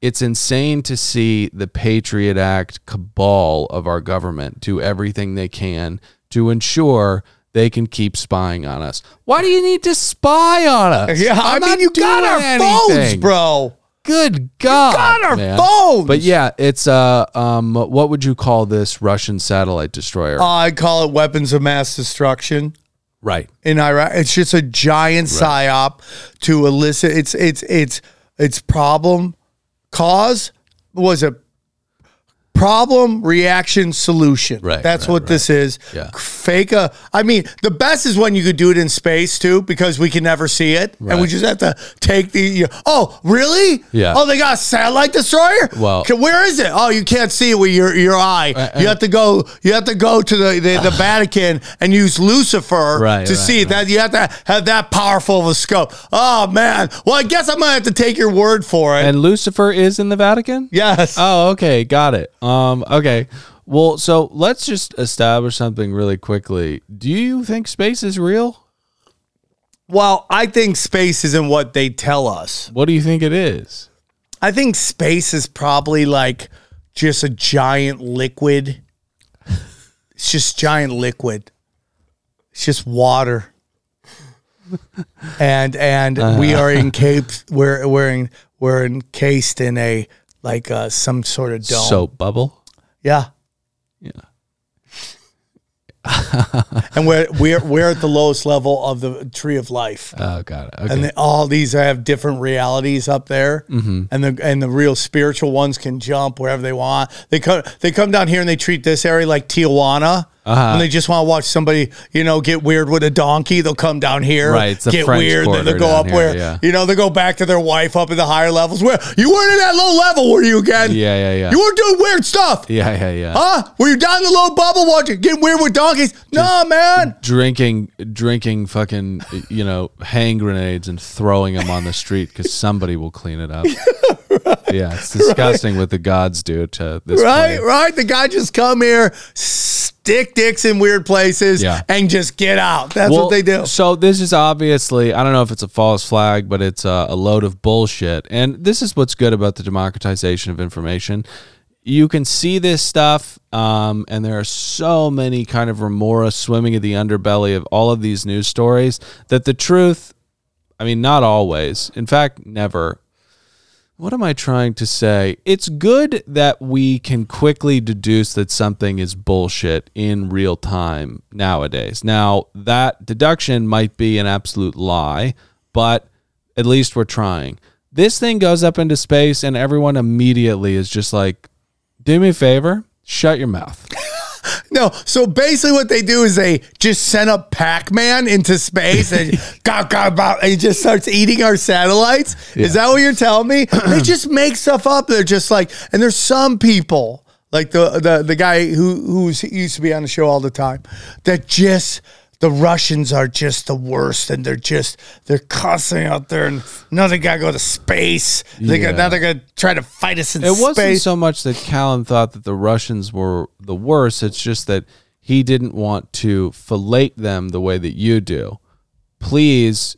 [SPEAKER 2] it's insane to see the Patriot Act cabal of our government do everything they can to ensure they can keep spying on us. Why do you need to spy on us?
[SPEAKER 1] Yeah, I
[SPEAKER 2] I'm
[SPEAKER 1] mean,
[SPEAKER 2] not
[SPEAKER 1] you got
[SPEAKER 2] doing
[SPEAKER 1] our
[SPEAKER 2] anything.
[SPEAKER 1] phones, bro.
[SPEAKER 2] Good God!
[SPEAKER 1] got our
[SPEAKER 2] man.
[SPEAKER 1] phones!
[SPEAKER 2] But yeah, it's uh um what would you call this Russian satellite destroyer?
[SPEAKER 1] I call it weapons of mass destruction.
[SPEAKER 2] right.
[SPEAKER 1] in Iraq. It's just a giant psyop to elicit. It's it's it's it's problem, cause was a problem, reaction, solution.
[SPEAKER 2] Right,
[SPEAKER 1] That's
[SPEAKER 2] right,
[SPEAKER 1] what this is.
[SPEAKER 2] Yeah.
[SPEAKER 1] Fake a. I mean, the best is when you could do it in space too, because we can never see it, and we
[SPEAKER 2] Right.
[SPEAKER 1] just have to take the. You oh, really?
[SPEAKER 2] Yeah.
[SPEAKER 1] Oh, they got a satellite destroyer.
[SPEAKER 2] Well- Uh,
[SPEAKER 1] Ca- where is it? Oh, you can't see it with your your eye. you have to go. You have to go to the the, the Vatican and use Lucifer
[SPEAKER 2] Right,
[SPEAKER 1] to
[SPEAKER 2] right,
[SPEAKER 1] see it. that you have to have that powerful of a scope. Oh man. Well, I guess I'm gonna have to take your word for it.
[SPEAKER 2] And Lucifer is in the Vatican?
[SPEAKER 1] yes.
[SPEAKER 2] Oh, okay, got it. Um okay. Well, so let's just establish something really quickly. Do you think space is real?
[SPEAKER 1] well, I think space isn't what they tell us.
[SPEAKER 2] What do you think it is?
[SPEAKER 1] I think space is probably like just a giant liquid. It's just giant liquid. It's just water. And and
[SPEAKER 2] Uh.
[SPEAKER 1] we are encased. We're we're in, we're encased in a like uh, some sort of dome.
[SPEAKER 2] Soap bubble?
[SPEAKER 1] Yeah.
[SPEAKER 2] Yeah.
[SPEAKER 1] and we're we're we're at the lowest level of the tree of life.
[SPEAKER 2] Oh, got it. Okay.
[SPEAKER 1] And then all these have different realities up there,
[SPEAKER 2] Mm-hmm.
[SPEAKER 1] and the and the real spiritual ones can jump wherever they want. They come they come down here and they treat this area like Tijuana,
[SPEAKER 2] Uh-huh.
[SPEAKER 1] and they just want to watch somebody you know get weird with a donkey. They'll come down here,
[SPEAKER 2] Right, it's the
[SPEAKER 1] get
[SPEAKER 2] French
[SPEAKER 1] weird, then they'll
[SPEAKER 2] Quarter
[SPEAKER 1] go
[SPEAKER 2] down
[SPEAKER 1] up
[SPEAKER 2] here,
[SPEAKER 1] where
[SPEAKER 2] yeah.
[SPEAKER 1] you know they go back to their wife up in the higher levels. Where you weren't in that low level, were you again?
[SPEAKER 2] yeah, yeah, yeah.
[SPEAKER 1] you were doing weird stuff.
[SPEAKER 2] yeah, yeah, yeah.
[SPEAKER 1] Huh? Were you down in the low bubble watching getting weird with donkeys? No,
[SPEAKER 2] Mm,
[SPEAKER 1] man.
[SPEAKER 2] Drinking, drinking, fucking, you know, hand grenades and throwing them on the street because somebody will clean it up. Yeah, it's disgusting what the gods do to this.
[SPEAKER 1] Right,
[SPEAKER 2] planet.
[SPEAKER 1] right. The guy just come here, stick dicks in weird places,
[SPEAKER 2] Yeah.
[SPEAKER 1] and just get out. That's what they do.
[SPEAKER 2] So this is obviously, I don't know if it's a false flag, but it's a, a load of bullshit. And this is what's good about the democratization of information. You can see this stuff, um, and there are so many kind of remora swimming in the underbelly of all of these news stories that the truth, I mean, not always, in fact, never. What am I trying to say? It's good that we can quickly deduce that something is bullshit in real time nowadays. Now, that deduction might be an absolute lie, but at least we're trying. This thing goes up into space, and everyone immediately is just like, do me a favor, shut your mouth.
[SPEAKER 1] No, so basically what they do is they just send up Pac-Man into space and gow, gow, gow, and he just starts eating our satellites. Is that what you're telling me? they just make stuff up. They're just like, and there's some people like the the the guy who who's he used to be on the show all the time that just. The Russians are just the worst, and they're just they're cussing out there, and now they gotta go to space. They got,
[SPEAKER 2] Yeah.
[SPEAKER 1] now they're gonna try to fight us in
[SPEAKER 2] It
[SPEAKER 1] space.
[SPEAKER 2] wasn't so much that Callan thought that the Russians were the worst. It's just that he didn't want to fillet them the way that you do. Please,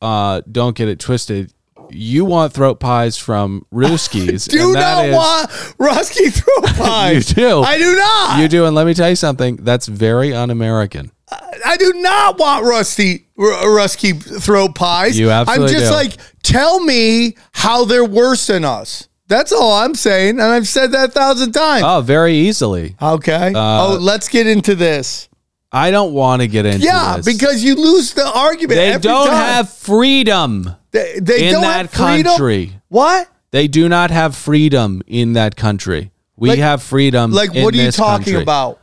[SPEAKER 2] uh, don't get it twisted. You want throat pies from Ruskies.
[SPEAKER 1] do
[SPEAKER 2] and
[SPEAKER 1] not
[SPEAKER 2] that is-
[SPEAKER 1] want Rusky throw pies.
[SPEAKER 2] You do.
[SPEAKER 1] I do not.
[SPEAKER 2] You do, and let me tell you something. That's very un-American.
[SPEAKER 1] I do not want rusty r- rusty throat pies.
[SPEAKER 2] You
[SPEAKER 1] I'm
[SPEAKER 2] absolutely
[SPEAKER 1] just
[SPEAKER 2] do.
[SPEAKER 1] like, tell me how they're worse than us. That's all I'm saying, and I've said that a thousand times.
[SPEAKER 2] Oh, very easily.
[SPEAKER 1] okay.
[SPEAKER 2] Uh,
[SPEAKER 1] oh, let's get into this.
[SPEAKER 2] I don't want to get into
[SPEAKER 1] Yeah,
[SPEAKER 2] this.
[SPEAKER 1] because you lose the argument.
[SPEAKER 2] they
[SPEAKER 1] every
[SPEAKER 2] don't
[SPEAKER 1] time.
[SPEAKER 2] have freedom.
[SPEAKER 1] they, they
[SPEAKER 2] in
[SPEAKER 1] don't
[SPEAKER 2] that
[SPEAKER 1] have freedom?
[SPEAKER 2] country.
[SPEAKER 1] What?
[SPEAKER 2] They do not have freedom in that country. We
[SPEAKER 1] Like-
[SPEAKER 2] have freedom.
[SPEAKER 1] Like,
[SPEAKER 2] in
[SPEAKER 1] what are you
[SPEAKER 2] this
[SPEAKER 1] talking
[SPEAKER 2] country.
[SPEAKER 1] about?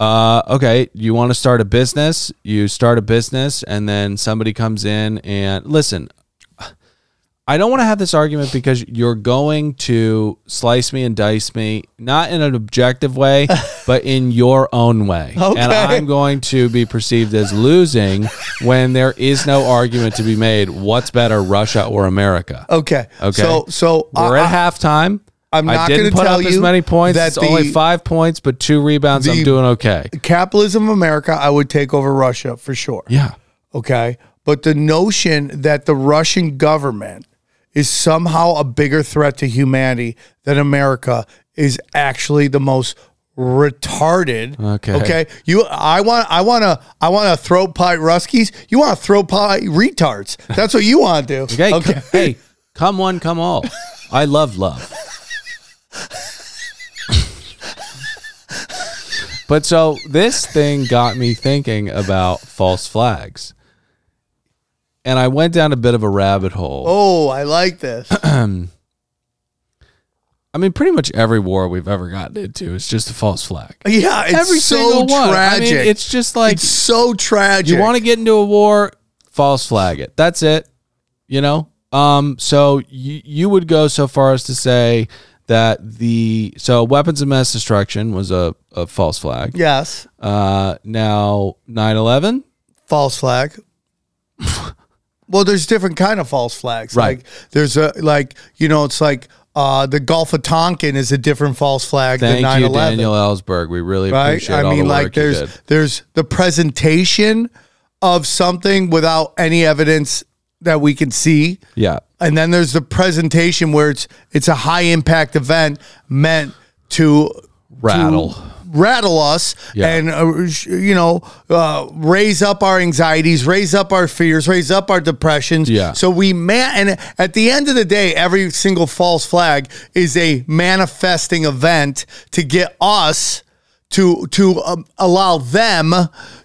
[SPEAKER 2] Uh, okay, you want to start a business? You start a business, and then somebody comes in and listen. I don't want to have this argument because you're going to slice me and dice me, not in an objective way, but in your own way. And
[SPEAKER 1] Okay.
[SPEAKER 2] I'm going to be perceived as losing when there is no argument to be made. What's better, Russia or America?
[SPEAKER 1] Okay.
[SPEAKER 2] Okay.
[SPEAKER 1] So, so
[SPEAKER 2] We're
[SPEAKER 1] I-
[SPEAKER 2] at halftime.
[SPEAKER 1] I'm
[SPEAKER 2] I
[SPEAKER 1] not
[SPEAKER 2] didn't
[SPEAKER 1] gonna
[SPEAKER 2] put
[SPEAKER 1] tell
[SPEAKER 2] up as
[SPEAKER 1] you
[SPEAKER 2] many points.
[SPEAKER 1] that
[SPEAKER 2] It's only
[SPEAKER 1] the-
[SPEAKER 2] five points, but two rebounds.
[SPEAKER 1] The-
[SPEAKER 2] I'm doing okay.
[SPEAKER 1] capitalism America, I would take over Russia for sure.
[SPEAKER 2] Yeah.
[SPEAKER 1] Okay. But the notion that the Russian government is somehow a bigger threat to humanity than America is actually the most retarded.
[SPEAKER 2] Okay.
[SPEAKER 1] Okay. You I want I wanna I wanna throw pie ruskies. You wanna throw pie retards. That's what you wanna do.
[SPEAKER 2] Okay. c- hey, come one, come all. I love love. but so this thing got me thinking about false flags. And I went down a bit of a rabbit hole.
[SPEAKER 1] Oh, I like this.
[SPEAKER 2] I mean, pretty much every war we've ever gotten into is just a false flag.
[SPEAKER 1] Yeah, it's
[SPEAKER 2] every
[SPEAKER 1] so
[SPEAKER 2] single one.
[SPEAKER 1] tragic.
[SPEAKER 2] I mean, it's just like
[SPEAKER 1] It's so tragic.
[SPEAKER 2] you want to get into a war, false flag it. That's it. You know? Um, so you, you would go so far as to say that the so weapons of mass destruction was a, a false flag.
[SPEAKER 1] Yes.
[SPEAKER 2] Uh now 9-11?
[SPEAKER 1] false flag. well, there's different kind of false flags.
[SPEAKER 2] Right.
[SPEAKER 1] Like there's a like you know it's like uh, the Gulf of Tonkin is a different false flag
[SPEAKER 2] Thank
[SPEAKER 1] than 9/11.
[SPEAKER 2] you, Daniel Ellsberg. We really
[SPEAKER 1] right.
[SPEAKER 2] appreciate
[SPEAKER 1] I
[SPEAKER 2] all
[SPEAKER 1] mean,
[SPEAKER 2] the work
[SPEAKER 1] like there's
[SPEAKER 2] you did.
[SPEAKER 1] there's the presentation of something without any evidence that we can see.
[SPEAKER 2] Yeah.
[SPEAKER 1] And then there's the presentation where it's it's a high impact event meant to
[SPEAKER 2] Rattle.
[SPEAKER 1] rattle us
[SPEAKER 2] Yeah.
[SPEAKER 1] and uh, sh- you know uh, raise up our anxieties raise up our fears raise up our depressions
[SPEAKER 2] Yeah.
[SPEAKER 1] so we man and at the end of the day every single false flag is a manifesting event to get us to to um, allow them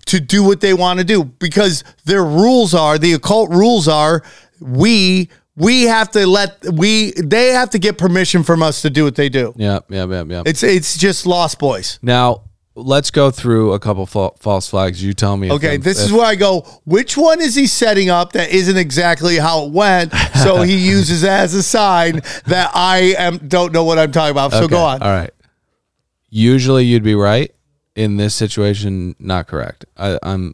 [SPEAKER 1] to do what they want to do because their rules are the occult rules are we we have to let we they have to get permission from us to do what they do
[SPEAKER 2] Yeah, yeah, yeah, yeah.
[SPEAKER 1] it's it's just lost boys
[SPEAKER 2] Now, let's go through a couple fa- false flags. You tell me. if
[SPEAKER 1] Okay,
[SPEAKER 2] I'm-
[SPEAKER 1] this
[SPEAKER 2] if-
[SPEAKER 1] is where I go. Which one is he setting up that isn't exactly how it went? So he uses that as a sign that I am don't know what I'm talking about. So go
[SPEAKER 2] Okay,
[SPEAKER 1] on.
[SPEAKER 2] All right. Usually you'd be right. In this situation, not correct. I, I'm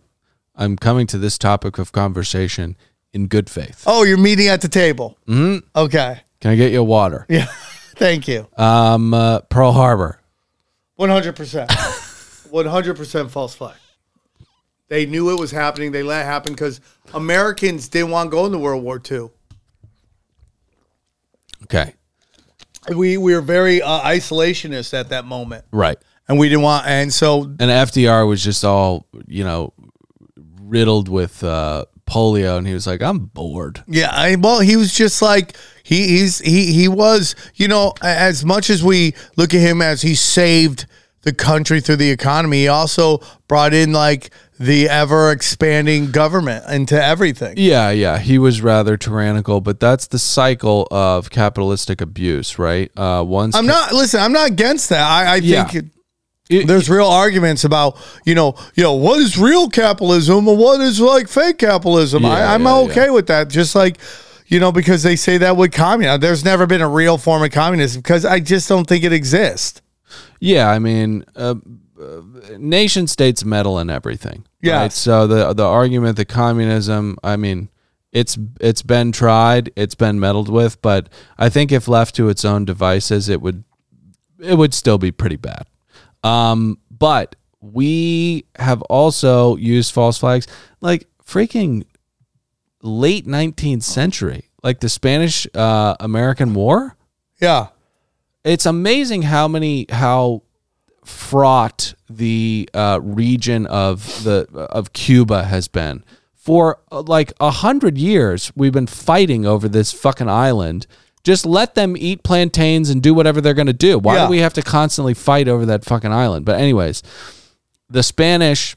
[SPEAKER 2] I'm coming to this topic of conversation in good faith.
[SPEAKER 1] Oh, you're meeting at the table. Mm-hmm. Okay.
[SPEAKER 2] Can I get you a water?
[SPEAKER 1] Yeah. Thank you.
[SPEAKER 2] Um, uh, Pearl Harbor.
[SPEAKER 1] One hundred percent. One hundred percent false flag. They knew it was happening. They let it happen because Americans didn't want to go into World War II.
[SPEAKER 2] Okay.
[SPEAKER 1] We we were very uh, isolationist at that moment,
[SPEAKER 2] Right.
[SPEAKER 1] and we didn't want. And so
[SPEAKER 2] And FDR was just all you know riddled with uh, polio, and he was like, "I'm bored."
[SPEAKER 1] Yeah, I, well, he was just like he he's he he was. You know, a- as much as we look at him as he saved the country through the economy, he also brought in like the ever expanding government into everything.
[SPEAKER 2] Yeah, yeah, he was rather tyrannical, but that's the cycle of capitalistic abuse, right? Uh, once
[SPEAKER 1] I'm not listen. I'm not against that. I, I
[SPEAKER 2] Yeah.
[SPEAKER 1] think.
[SPEAKER 2] It-
[SPEAKER 1] there's real arguments about you know you know what is real capitalism and what is like fake capitalism.
[SPEAKER 2] Yeah,
[SPEAKER 1] I, I'm
[SPEAKER 2] yeah,
[SPEAKER 1] okay with that. Just like you know because they say that with communism, there's never been a real form of communism because I just don't think it exists.
[SPEAKER 2] Yeah, I mean, uh, uh, nation states meddle in everything.
[SPEAKER 1] Yeah.
[SPEAKER 2] So the the argument that communism, I mean, it's it's been tried, it's been meddled with, but I think if left to its own devices, it would it would still be pretty bad. Um, but we have also used false flags, like freaking late nineteenth century, like the Spanish uh, American War
[SPEAKER 1] Yeah.
[SPEAKER 2] it's amazing how many how fraught the uh, region of the of Cuba has been. For uh, like a hundred years, we've been fighting over this fucking island. Just let them eat plantains and do whatever they're going to do. Why
[SPEAKER 1] Yeah.
[SPEAKER 2] do we have to constantly fight over that fucking island? But anyways, the Spanish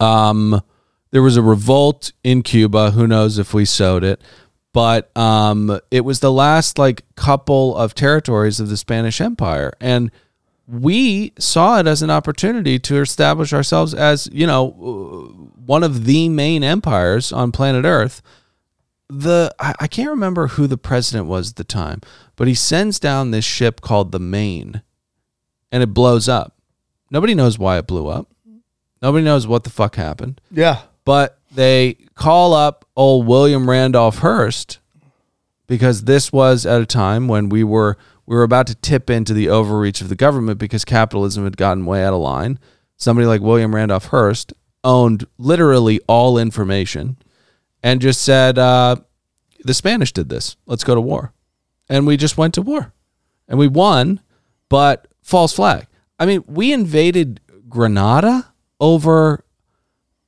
[SPEAKER 2] um, there was a revolt in Cuba. Who knows if we sowed it, but um, it was the last like couple of territories of the Spanish Empire, and we saw it as an opportunity to establish ourselves as you know uh, one of the main empires on planet Earth. The I, I can't remember who the president was at the time, but he sends down this ship called the Maine, and it blows up. Nobody knows why it blew up. Nobody knows what the fuck happened.
[SPEAKER 1] Yeah.
[SPEAKER 2] But they call up old William Randolph Hearst because this was at a time when we were we were about to tip into the overreach of the government because capitalism had gotten way out of line. Somebody like William Randolph Hearst owned literally all information and just said, uh, "The Spanish did this. Let's go to war," and we just went to war, and we won. But false flag. I mean, we invaded Granada over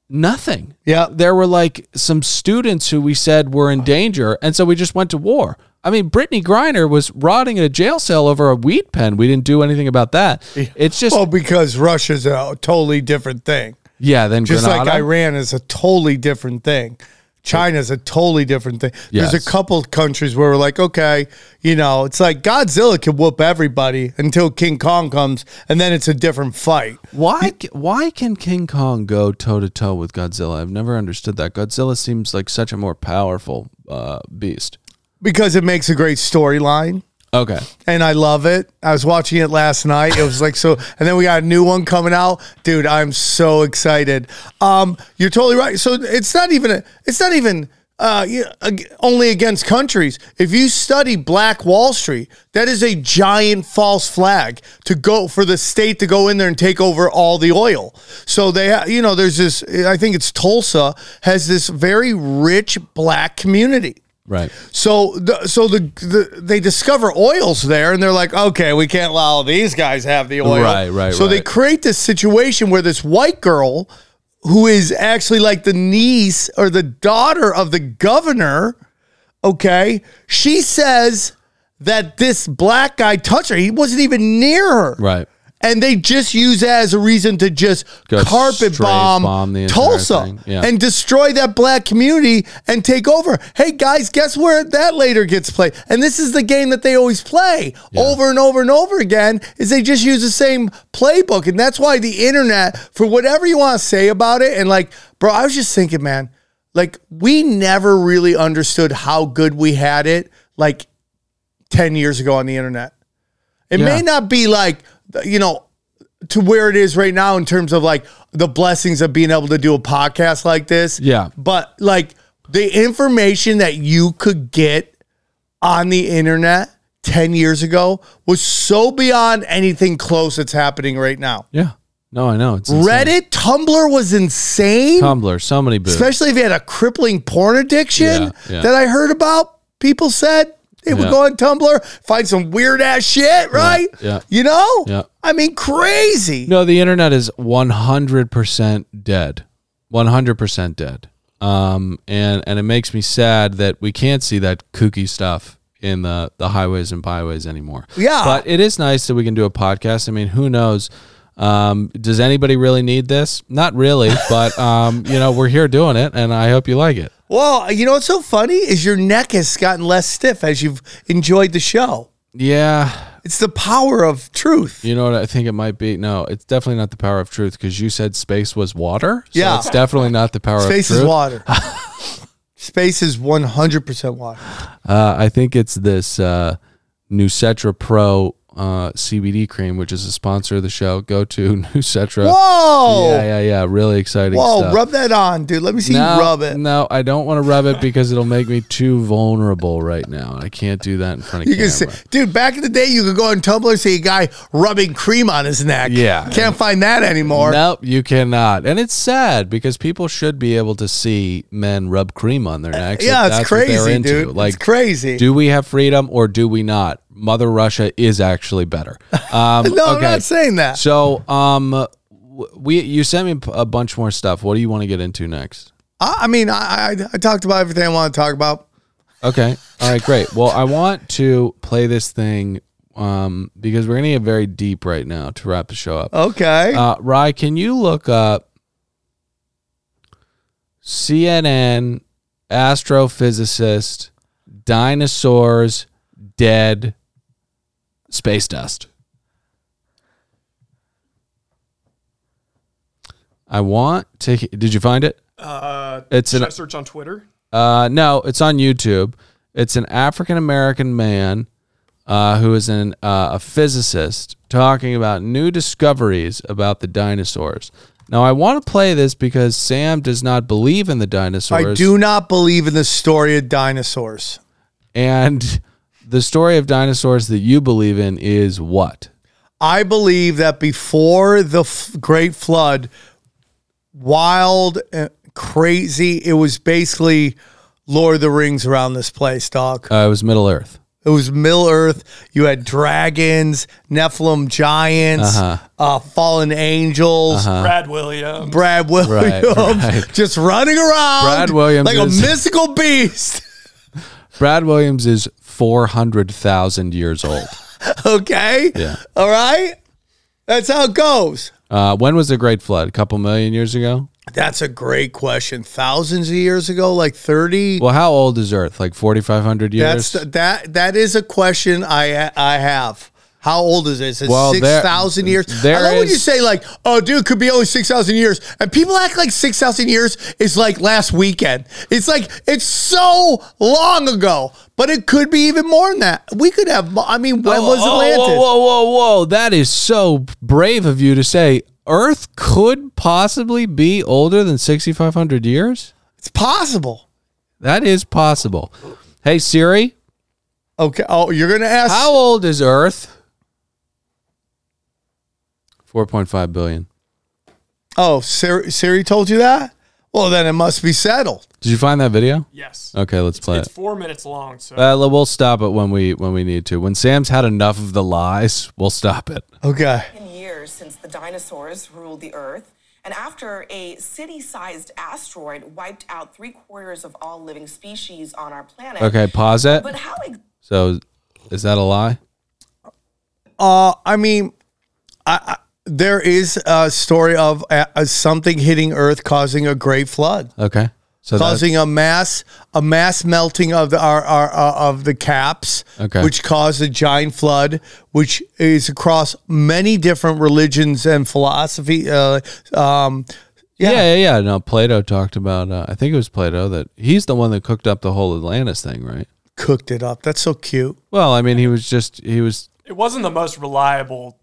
[SPEAKER 2] nothing.
[SPEAKER 1] Yeah.
[SPEAKER 2] There were like some students who we said were in danger, and so we just went to war. I mean, Brittany Griner was rotting in a jail cell over a weed pen. We didn't do anything about that. It's just
[SPEAKER 1] Well, because Russia's a totally different thing.
[SPEAKER 2] yeah. Then
[SPEAKER 1] Just
[SPEAKER 2] Granada,
[SPEAKER 1] like Iran is a totally different thing. China's a totally different thing. There's
[SPEAKER 2] Yes.
[SPEAKER 1] a couple countries where we're like, okay, you know, it's like Godzilla can whoop everybody until King Kong comes, and then it's a different fight.
[SPEAKER 2] Why c- why can King Kong go toe to toe with Godzilla? I've never understood that. Godzilla seems like such a more powerful uh, beast.
[SPEAKER 1] Because it makes a great storyline.
[SPEAKER 2] Okay.
[SPEAKER 1] and I love it. I was watching it last night. It was like so, and then we got a new one coming out, dude. I'm so excited. Um, you're totally right. So it's not even a, it's not even uh, you know, ag- only against countries. If you study Black Wall Street, that is a giant false flag to go for the state to go in there and take over all the oil. So they, ha- you know, there's this. I think it's Tulsa has this very rich black community.
[SPEAKER 2] Right.
[SPEAKER 1] So, the, so the, the they discover oils there, and they're like, okay, we can't allow these guys have the oil.
[SPEAKER 2] Right, right,
[SPEAKER 1] So they
[SPEAKER 2] right.
[SPEAKER 1] create this situation where this white girl, who is actually like the niece or the daughter of the governor, okay, she says that this black guy touched her. He wasn't even near her.
[SPEAKER 2] Right.
[SPEAKER 1] And they just use that as a reason to just
[SPEAKER 2] Go
[SPEAKER 1] carpet
[SPEAKER 2] strafe
[SPEAKER 1] bomb,
[SPEAKER 2] bomb the entire
[SPEAKER 1] Tulsa
[SPEAKER 2] thing. Yeah.
[SPEAKER 1] and destroy that black community and take over. Hey guys, guess where that later gets played? And this is the game that they always play over and over and over again is they just use the same playbook. And that's why the internet, for whatever you want to say about it, and like, bro, I was just thinking, man, like we never really understood how good we had it like 10 years ago on the internet. It may
[SPEAKER 2] Yeah.
[SPEAKER 1] not be like, you know, to where it is right now in terms of like the blessings of being able to do a podcast like this.
[SPEAKER 2] Yeah.
[SPEAKER 1] But like the information that you could get on the internet 10 years ago was so beyond anything close that's happening right now.
[SPEAKER 2] Yeah. No, I know. It's insane.
[SPEAKER 1] Reddit, Tumblr was insane,
[SPEAKER 2] Tumblr, so many booths.
[SPEAKER 1] especially if you had a crippling porn addiction
[SPEAKER 2] Yeah, yeah.
[SPEAKER 1] that I heard about. People said they would
[SPEAKER 2] Yeah.
[SPEAKER 1] go on Tumblr, find some weird ass shit, right?
[SPEAKER 2] yeah.
[SPEAKER 1] You know?
[SPEAKER 2] Yeah.
[SPEAKER 1] I mean, crazy.
[SPEAKER 2] No, the internet is 100% dead. 100% dead. Um, and, and it makes me sad that we can't see that kooky stuff in the, the highways and byways anymore.
[SPEAKER 1] Yeah.
[SPEAKER 2] But it is nice that we can do a podcast. I mean, who knows? Um, does anybody really need this? Not really, but, um, you know, we're here doing it and I hope you like it.
[SPEAKER 1] Well, you know what's so funny is your neck has gotten less stiff as you've enjoyed the show.
[SPEAKER 2] Yeah.
[SPEAKER 1] It's the power of truth.
[SPEAKER 2] You know what I think it might be? No, it's definitely not the power of truth because you said space was water. So
[SPEAKER 1] Yeah.
[SPEAKER 2] It's definitely not the power of truth.
[SPEAKER 1] Space is water. Space is 100% water.
[SPEAKER 2] Uh, I think it's this uh, Nucetra Pro uh, CBD cream, which is a sponsor of the show. Go to Nucetra.
[SPEAKER 1] Whoa.
[SPEAKER 2] Yeah, yeah, yeah. Really exciting
[SPEAKER 1] Whoa,
[SPEAKER 2] stuff.
[SPEAKER 1] rub that on, dude. Let me see
[SPEAKER 2] no,
[SPEAKER 1] you rub it.
[SPEAKER 2] No, I don't want to rub it because it'll make me too vulnerable right now. I can't do that in front of
[SPEAKER 1] You
[SPEAKER 2] camera.
[SPEAKER 1] can see, dude, back in the day, you could go on Tumblr and see a guy rubbing cream on his neck.
[SPEAKER 2] Yeah.
[SPEAKER 1] Can't find that anymore.
[SPEAKER 2] Nope, you cannot. And it's sad because people should be able to see men rub cream on their necks. if
[SPEAKER 1] Uh, yeah, it's
[SPEAKER 2] that's what they're
[SPEAKER 1] crazy,
[SPEAKER 2] into.
[SPEAKER 1] dude.
[SPEAKER 2] Like
[SPEAKER 1] it's crazy.
[SPEAKER 2] Do we have freedom or do we not? Mother Russia is actually better. Um,
[SPEAKER 1] No, I'm
[SPEAKER 2] okay.
[SPEAKER 1] not saying that.
[SPEAKER 2] So, um, w- we you sent me p- a bunch more stuff. What do you want to get into next?
[SPEAKER 1] I, I mean, I, I I talked about everything I want to talk about.
[SPEAKER 2] Okay. All right. Great. Well, I want to play this thing um, because we're gonna get very deep right now to wrap the show
[SPEAKER 1] Oh.
[SPEAKER 2] up.
[SPEAKER 1] Okay.
[SPEAKER 2] Uh, Rye, can you look up CNN astrophysicist dinosaurs dead space dust? I want to. he- Did you find it?
[SPEAKER 4] Uh,
[SPEAKER 2] It's
[SPEAKER 4] should
[SPEAKER 2] an-
[SPEAKER 4] I search on Twitter?
[SPEAKER 2] Uh, no, it's on YouTube. It's an African American man uh, who is an, uh, a physicist talking about new discoveries about the dinosaurs. Now, I want to play this because Sam does not believe in the dinosaurs.
[SPEAKER 1] I do not believe in the story of dinosaurs.
[SPEAKER 2] And the story of dinosaurs that you believe in is what?
[SPEAKER 1] I believe that before the f- Great Flood, wild, and crazy, it was basically Lord of the Rings around this place, dog.
[SPEAKER 2] Uh, it was Middle Earth.
[SPEAKER 1] It was Middle Earth. You had dragons, Nephilim giants,
[SPEAKER 2] Uh-huh.
[SPEAKER 1] uh fallen angels,
[SPEAKER 4] Brad Williams.
[SPEAKER 1] Brad Williams
[SPEAKER 2] right.
[SPEAKER 1] just running around
[SPEAKER 2] Brad Williams
[SPEAKER 1] like a
[SPEAKER 2] is-
[SPEAKER 1] mystical beast.
[SPEAKER 2] Brad Williams is 400,000 years old.
[SPEAKER 1] okay.
[SPEAKER 2] Yeah.
[SPEAKER 1] All right. That's how it goes.
[SPEAKER 2] Uh, when was the Great Flood? A couple million years ago?
[SPEAKER 1] That's a great question. Thousands of years ago, like 30.
[SPEAKER 2] Well, how old is Earth? Like 4,500 years?
[SPEAKER 1] That's that. That is a question I I have. How old is this? Is it
[SPEAKER 2] Well,
[SPEAKER 1] six
[SPEAKER 2] there-
[SPEAKER 1] thousand years?
[SPEAKER 2] there
[SPEAKER 1] I love when you
[SPEAKER 2] is-
[SPEAKER 1] say like, "Oh, dude, it could be only six thousand years," and people act like six thousand years is like last weekend. It's like it's so long ago, but it could be even more than that. We could have. mo- I mean, when was
[SPEAKER 2] Oh,
[SPEAKER 1] Atlantis?
[SPEAKER 2] Whoa, whoa, whoa, whoa! That is so brave of you to say. Earth could possibly be older than 6,500 years.
[SPEAKER 1] It's possible.
[SPEAKER 2] That is possible. Hey Siri,
[SPEAKER 1] Okay. Oh, you're gonna ask.
[SPEAKER 2] how old is Earth? 4.5 billion.
[SPEAKER 1] Oh, Siri, Siri told you that. Well, then it must be settled.
[SPEAKER 2] Did you find that video?
[SPEAKER 4] Yes.
[SPEAKER 2] Okay, let's play
[SPEAKER 4] It's
[SPEAKER 2] it.
[SPEAKER 4] four minutes long, so
[SPEAKER 2] Uh, we'll stop it when we when we need to. When Sam's had enough of the lies, we'll stop it.
[SPEAKER 1] Okay.
[SPEAKER 6] years since the dinosaurs ruled the Earth. And after a city sized asteroid wiped out three quarters of all living species on our planet.
[SPEAKER 2] Okay, pause it.
[SPEAKER 6] But how ex-
[SPEAKER 2] So, is that a lie?
[SPEAKER 1] Uh, I mean, I, I, there is a story of uh uh something hitting Earth causing a great flood,
[SPEAKER 2] Okay. So that's
[SPEAKER 1] causing a mass a mass melting of the our, our, uh, of the caps,
[SPEAKER 2] Okay.
[SPEAKER 1] which caused a giant flood, which is across many different religions and philosophy. Uh, um, yeah.
[SPEAKER 2] Yeah, yeah, yeah. No, Plato talked about. Uh, I think it was Plato that he's the one that cooked up the whole Atlantis thing, right?
[SPEAKER 1] cooked it up. That's so cute.
[SPEAKER 2] Well, I mean, he was just he was.
[SPEAKER 4] it wasn't the most reliable.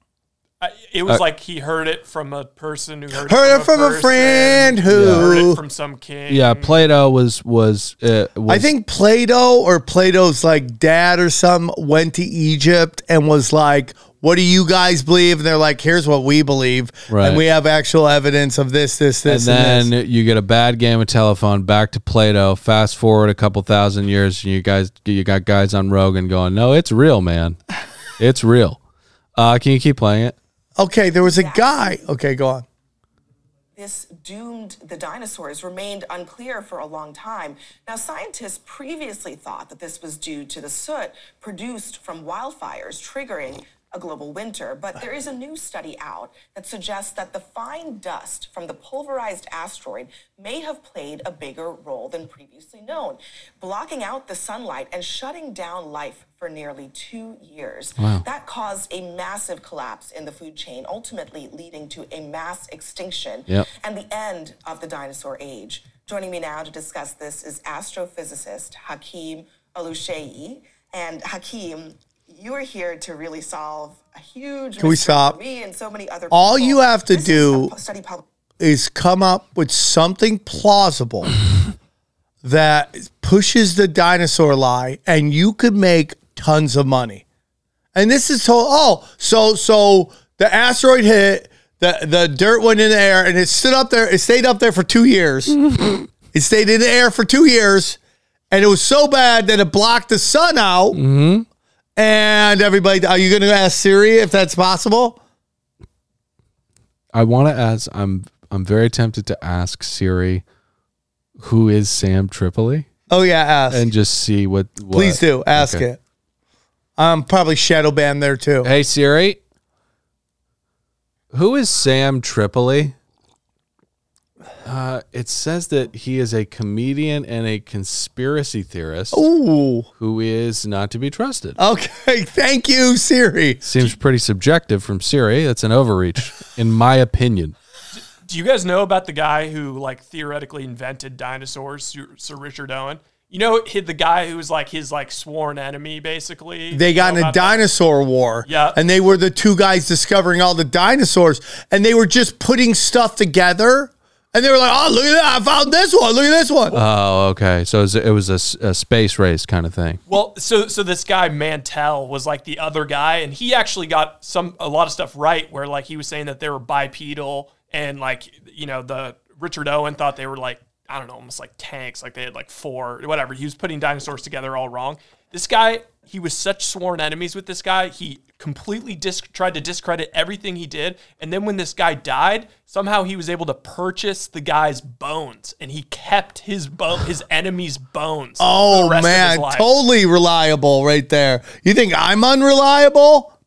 [SPEAKER 4] I- It was like he heard it from a person who heard,
[SPEAKER 1] Uh, Heard it from a
[SPEAKER 4] person,
[SPEAKER 1] friend
[SPEAKER 4] Heard
[SPEAKER 1] who.
[SPEAKER 4] it from some king.
[SPEAKER 2] Yeah,
[SPEAKER 6] Mm.
[SPEAKER 2] Plato was was. Uh, was
[SPEAKER 1] I think Plato or Plato's like dad or some went to Egypt and was like, "What do you guys believe?" And they're like, "Here's what we believe,
[SPEAKER 2] Right.
[SPEAKER 1] and we have actual evidence of this, this,
[SPEAKER 2] And
[SPEAKER 1] this, and,
[SPEAKER 2] then
[SPEAKER 1] this."
[SPEAKER 2] you get a bad game of telephone. Back to Plato. Fast forward a couple thousand years, and you guys you got guys on Rogan going, "No, it's real, man. It's real." Uh, can you keep playing it?
[SPEAKER 1] Okay, there was a guy. Okay, go on.
[SPEAKER 6] this doomed the dinosaurs remained unclear for a long time. Now, scientists previously thought that this was due to the soot produced from wildfires triggering a global winter, but there is a new study out that suggests that the fine dust from the pulverized asteroid may have played a bigger role than previously known, blocking out the sunlight and shutting down life for nearly two years. That caused a massive collapse in the food chain, ultimately leading to a mass extinction
[SPEAKER 2] Yep.
[SPEAKER 6] and the end of the dinosaur age. Joining me now to discuss this is astrophysicist Hakim Alushei. And Hakim, you are here to really solve a huge
[SPEAKER 1] Can we
[SPEAKER 6] mystery for
[SPEAKER 1] stop?
[SPEAKER 6] me and so many other
[SPEAKER 1] All
[SPEAKER 6] people.
[SPEAKER 1] you have to
[SPEAKER 6] This is a
[SPEAKER 1] do
[SPEAKER 6] pu- study published
[SPEAKER 1] Is come up with something plausible that pushes the dinosaur lie, and you could make tons of money. And this is told. Oh, so so the asteroid hit. The, the dirt went in the air and it stood up there. It stayed up there for two years. it stayed in the air for two years, and it was so bad that it blocked the sun out, And everybody, are you going to ask Siri if that's possible?
[SPEAKER 2] I want to ask. I'm I'm very tempted to ask Siri, who is Sam Tripoli,
[SPEAKER 1] Oh yeah, ask.
[SPEAKER 2] and just see what. what
[SPEAKER 1] Please do ask
[SPEAKER 2] Okay.
[SPEAKER 1] it. I'm probably shadow banned there too.
[SPEAKER 2] Hey Siri, who is Sam Tripoli? Uh, it says that he is a comedian and a conspiracy theorist
[SPEAKER 1] Oh. Ooh.
[SPEAKER 2] who is not to be trusted.
[SPEAKER 1] Uh, Okay. Thank you, Siri.
[SPEAKER 2] Seems pretty subjective from Siri. That's an overreach, in my opinion.
[SPEAKER 4] Do you guys know about the guy who like theoretically invented dinosaurs, Sir, Sir Richard Owen? You know, he- the guy who was like his like sworn enemy, basically.
[SPEAKER 1] They
[SPEAKER 4] You
[SPEAKER 1] got
[SPEAKER 4] know
[SPEAKER 1] in a
[SPEAKER 4] about that?
[SPEAKER 1] dinosaur war.
[SPEAKER 4] Yeah.
[SPEAKER 1] And they were the two guys discovering all the dinosaurs. And they were just putting stuff together. And they were like, oh, look at that. I found this one. Look at this one.
[SPEAKER 2] Oh, okay. So it was, it was a s a a space race kind of thing.
[SPEAKER 4] Well, so so this guy Mantell was like the other guy, and he actually got some a lot of stuff right. Where like he was saying that they were bipedal, and like you know the Richard Owen thought they were like I don't know, almost like tanks, like they had like four whatever. He was putting dinosaurs together all wrong. This guy, he was such sworn enemies with this guy. He completely dis- tried to discredit everything he did, and then when this guy died, somehow he was able to purchase the guy's bones, and he kept his bone, his enemy's bones. for the
[SPEAKER 1] oh,
[SPEAKER 4] rest of his
[SPEAKER 1] man.
[SPEAKER 4] life.
[SPEAKER 1] Totally reliable right there. You think I'm unreliable?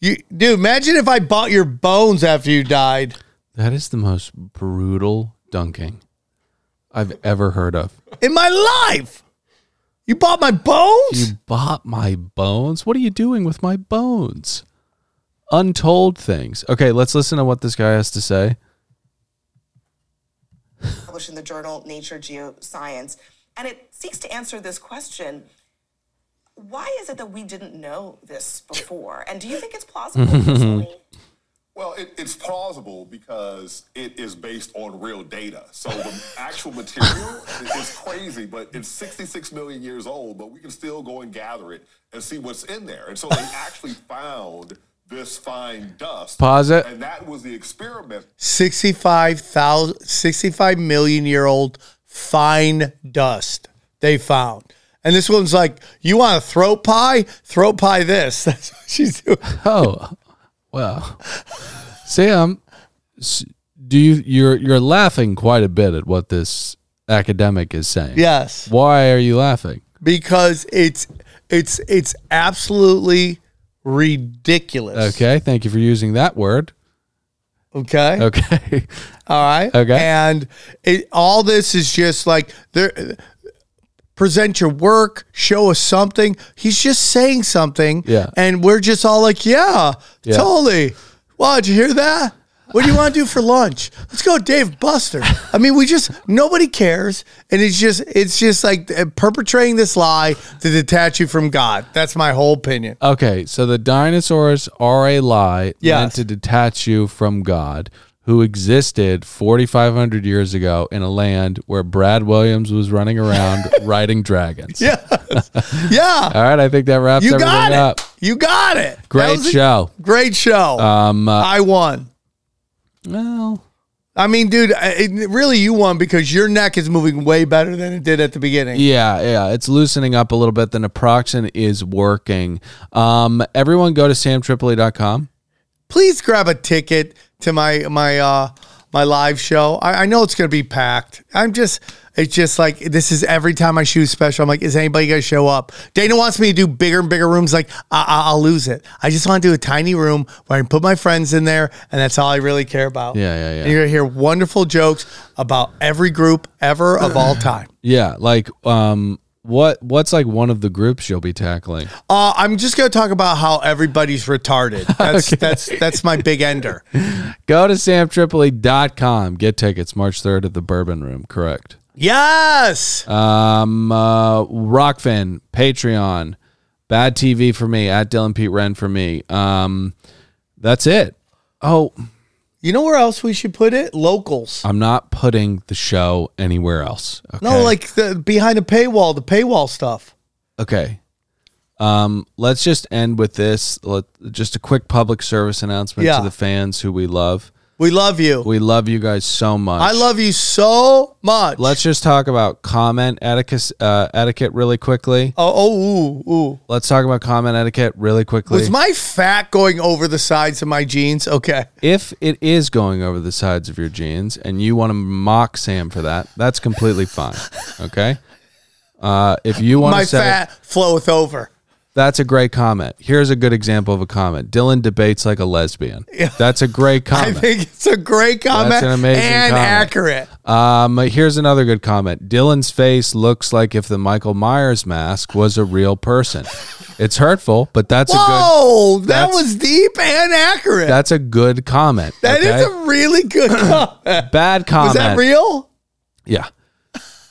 [SPEAKER 1] You, dude, imagine if I bought your bones after you died.
[SPEAKER 2] That is the most brutal dunking I've ever heard of.
[SPEAKER 1] in my life. You bought my bones?
[SPEAKER 2] You bought my bones? What are you doing with my bones? Untold things. Okay, let's listen to what this guy has to say.
[SPEAKER 6] published in the journal Nature Geoscience, and it seeks to answer this question. Why is it that we didn't know this before? And do you think it's plausible? personally?
[SPEAKER 7] Well, it, it's plausible because it is based on real data. So the actual material i- is crazy, but it's 66 million years old, but we can still go and gather it and see what's in there. And so they actually found this fine dust.
[SPEAKER 2] Pause it.
[SPEAKER 7] And that was the experiment
[SPEAKER 1] 65,000 65 million year old fine dust they found. And this one's like, you want a throat pie? Throat pie this. That's what she's doing.
[SPEAKER 2] Oh, well, Sam, s- do you you're you're laughing quite a bit at what this academic is saying?
[SPEAKER 1] Yes.
[SPEAKER 2] Why are you laughing?
[SPEAKER 1] Because it's it's it's absolutely ridiculous.
[SPEAKER 2] Okay, thank you for using that word.
[SPEAKER 1] Okay.
[SPEAKER 2] Okay.
[SPEAKER 1] All right.
[SPEAKER 2] Okay.
[SPEAKER 1] And it, all this is just like there. Present your work. Show us something. He's just saying something.
[SPEAKER 2] Yeah.
[SPEAKER 1] And we're just all like, yeah,
[SPEAKER 2] Yeah.
[SPEAKER 1] totally. Wow, did you hear that? What do you want to do for lunch? Let's go, Dave Buster. I mean, we just nobody cares, and it's just it's just like uh, perpetrating this lie to detach you from God. That's my whole opinion.
[SPEAKER 2] Okay, so the dinosaurs are a lie meant
[SPEAKER 1] Yes.
[SPEAKER 2] to detach you from God, who existed 4,500 years ago in a land where Brad Williams was running around riding dragons.
[SPEAKER 1] Yeah,
[SPEAKER 2] All right, I think that wraps
[SPEAKER 1] you
[SPEAKER 2] everything
[SPEAKER 1] got it.
[SPEAKER 2] up.
[SPEAKER 1] You got it. That
[SPEAKER 2] Great
[SPEAKER 1] was a-
[SPEAKER 2] show.
[SPEAKER 1] Great show.
[SPEAKER 2] Um, uh,
[SPEAKER 1] I won.
[SPEAKER 2] well,
[SPEAKER 1] I mean, dude, I- it, really, you won because your neck is moving way better than it did at the beginning.
[SPEAKER 2] Yeah, yeah, it's loosening up a little bit. The naproxen is working. Um, everyone, go to samtripoli.com.
[SPEAKER 1] Please grab a ticket to my my uh, my live show. I, I know it's going to be packed. I'm just, it's just like this is every time I shoot special. I'm like, is anybody going to show up? Dana wants me to do bigger and bigger rooms. Like, I, I, I'll lose it. I just want to do a tiny room where I can put my friends in there, and that's all I really care about.
[SPEAKER 2] Yeah, yeah, yeah.
[SPEAKER 1] And you're going to hear wonderful jokes about every group ever of all time.
[SPEAKER 2] Yeah, like um, what what's like one of the groups you'll be tackling?
[SPEAKER 1] Uh, I'm just going to talk about how everybody's retarded. That's that's that's my big ender.
[SPEAKER 2] Go to samtripoli.com. Get tickets March 3rd at the Bourbon Room, correct?
[SPEAKER 1] Yes.
[SPEAKER 2] Um, uh, Rockfin, Patreon, Bad TV for me, at Dylan Pete Wren for me. Um, that's it. Oh,
[SPEAKER 1] you know where else we should put it? Locals.
[SPEAKER 2] I'm not putting the show anywhere else. Uh, Okay?
[SPEAKER 1] No, like the behind the paywall, the paywall stuff.
[SPEAKER 2] Okay. Um, let's just end with this. Let, just a quick public service announcement
[SPEAKER 1] Yeah.
[SPEAKER 2] to the fans who we love.
[SPEAKER 1] We love you.
[SPEAKER 2] We love you guys so much.
[SPEAKER 1] I love you so much.
[SPEAKER 2] Let's just talk about comment etiquette, uh, etiquette really quickly.
[SPEAKER 1] Oh, oh ooh, ooh.
[SPEAKER 2] Let's talk about comment etiquette really quickly.
[SPEAKER 1] Was my fat going over the sides of my jeans? Okay.
[SPEAKER 2] if it is going over the sides of your jeans and you want to mock Sam for that, that's completely fine. Okay. Uh, if you want
[SPEAKER 1] My
[SPEAKER 2] to say
[SPEAKER 1] fat floweth over.
[SPEAKER 2] that's a great comment, here's a good example of a comment. Dylan debates like a lesbian. That's a great
[SPEAKER 1] I
[SPEAKER 2] comment.
[SPEAKER 1] think it's a great comment
[SPEAKER 2] an amazing
[SPEAKER 1] and
[SPEAKER 2] comment.
[SPEAKER 1] accurate.
[SPEAKER 2] Um, here's another good comment. Dylan's face looks like if the Michael Myers mask was a real person. It's hurtful, but that's a good
[SPEAKER 1] Whoa, that
[SPEAKER 2] that's-
[SPEAKER 1] was deep and accurate.
[SPEAKER 2] that's a good comment.
[SPEAKER 1] That is
[SPEAKER 2] okay?
[SPEAKER 1] a really good comment.
[SPEAKER 2] bad
[SPEAKER 1] Was
[SPEAKER 2] comment.
[SPEAKER 1] that real?
[SPEAKER 2] Yeah.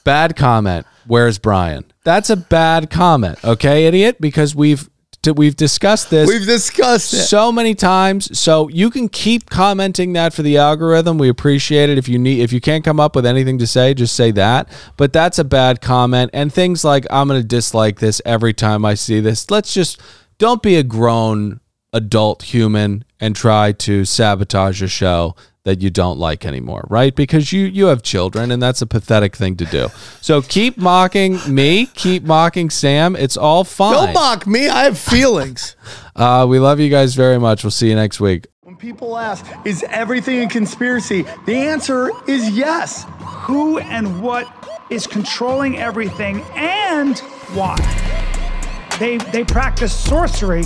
[SPEAKER 2] Bad comment. Where's Brian? That's a bad comment, okay, idiot? Because we've t- we've discussed this
[SPEAKER 1] We've discussed it.
[SPEAKER 2] so many times. So you can keep commenting that for the algorithm. We appreciate it. If you need, if you can't come up with anything to say, just say that. But that's a bad comment. And things like I'm going to dislike this every time I see this. Let's just don't be a grown adult human and try to sabotage a show that you don't like anymore, right? Because you you have children and that's a pathetic thing to do. So keep mocking me, keep mocking Sam. It's all fine.
[SPEAKER 1] Don't mock me. I have feelings.
[SPEAKER 2] Uh, we love you guys very much. We'll see you next week.
[SPEAKER 3] When people ask, is everything a conspiracy? The answer is yes. Who and what is controlling everything and why? They, they practice sorcery.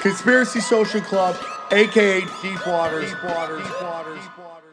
[SPEAKER 1] Conspiracy Social Club, aka Deep Waters. Deep Waters. Deep Waters. Deep Waters.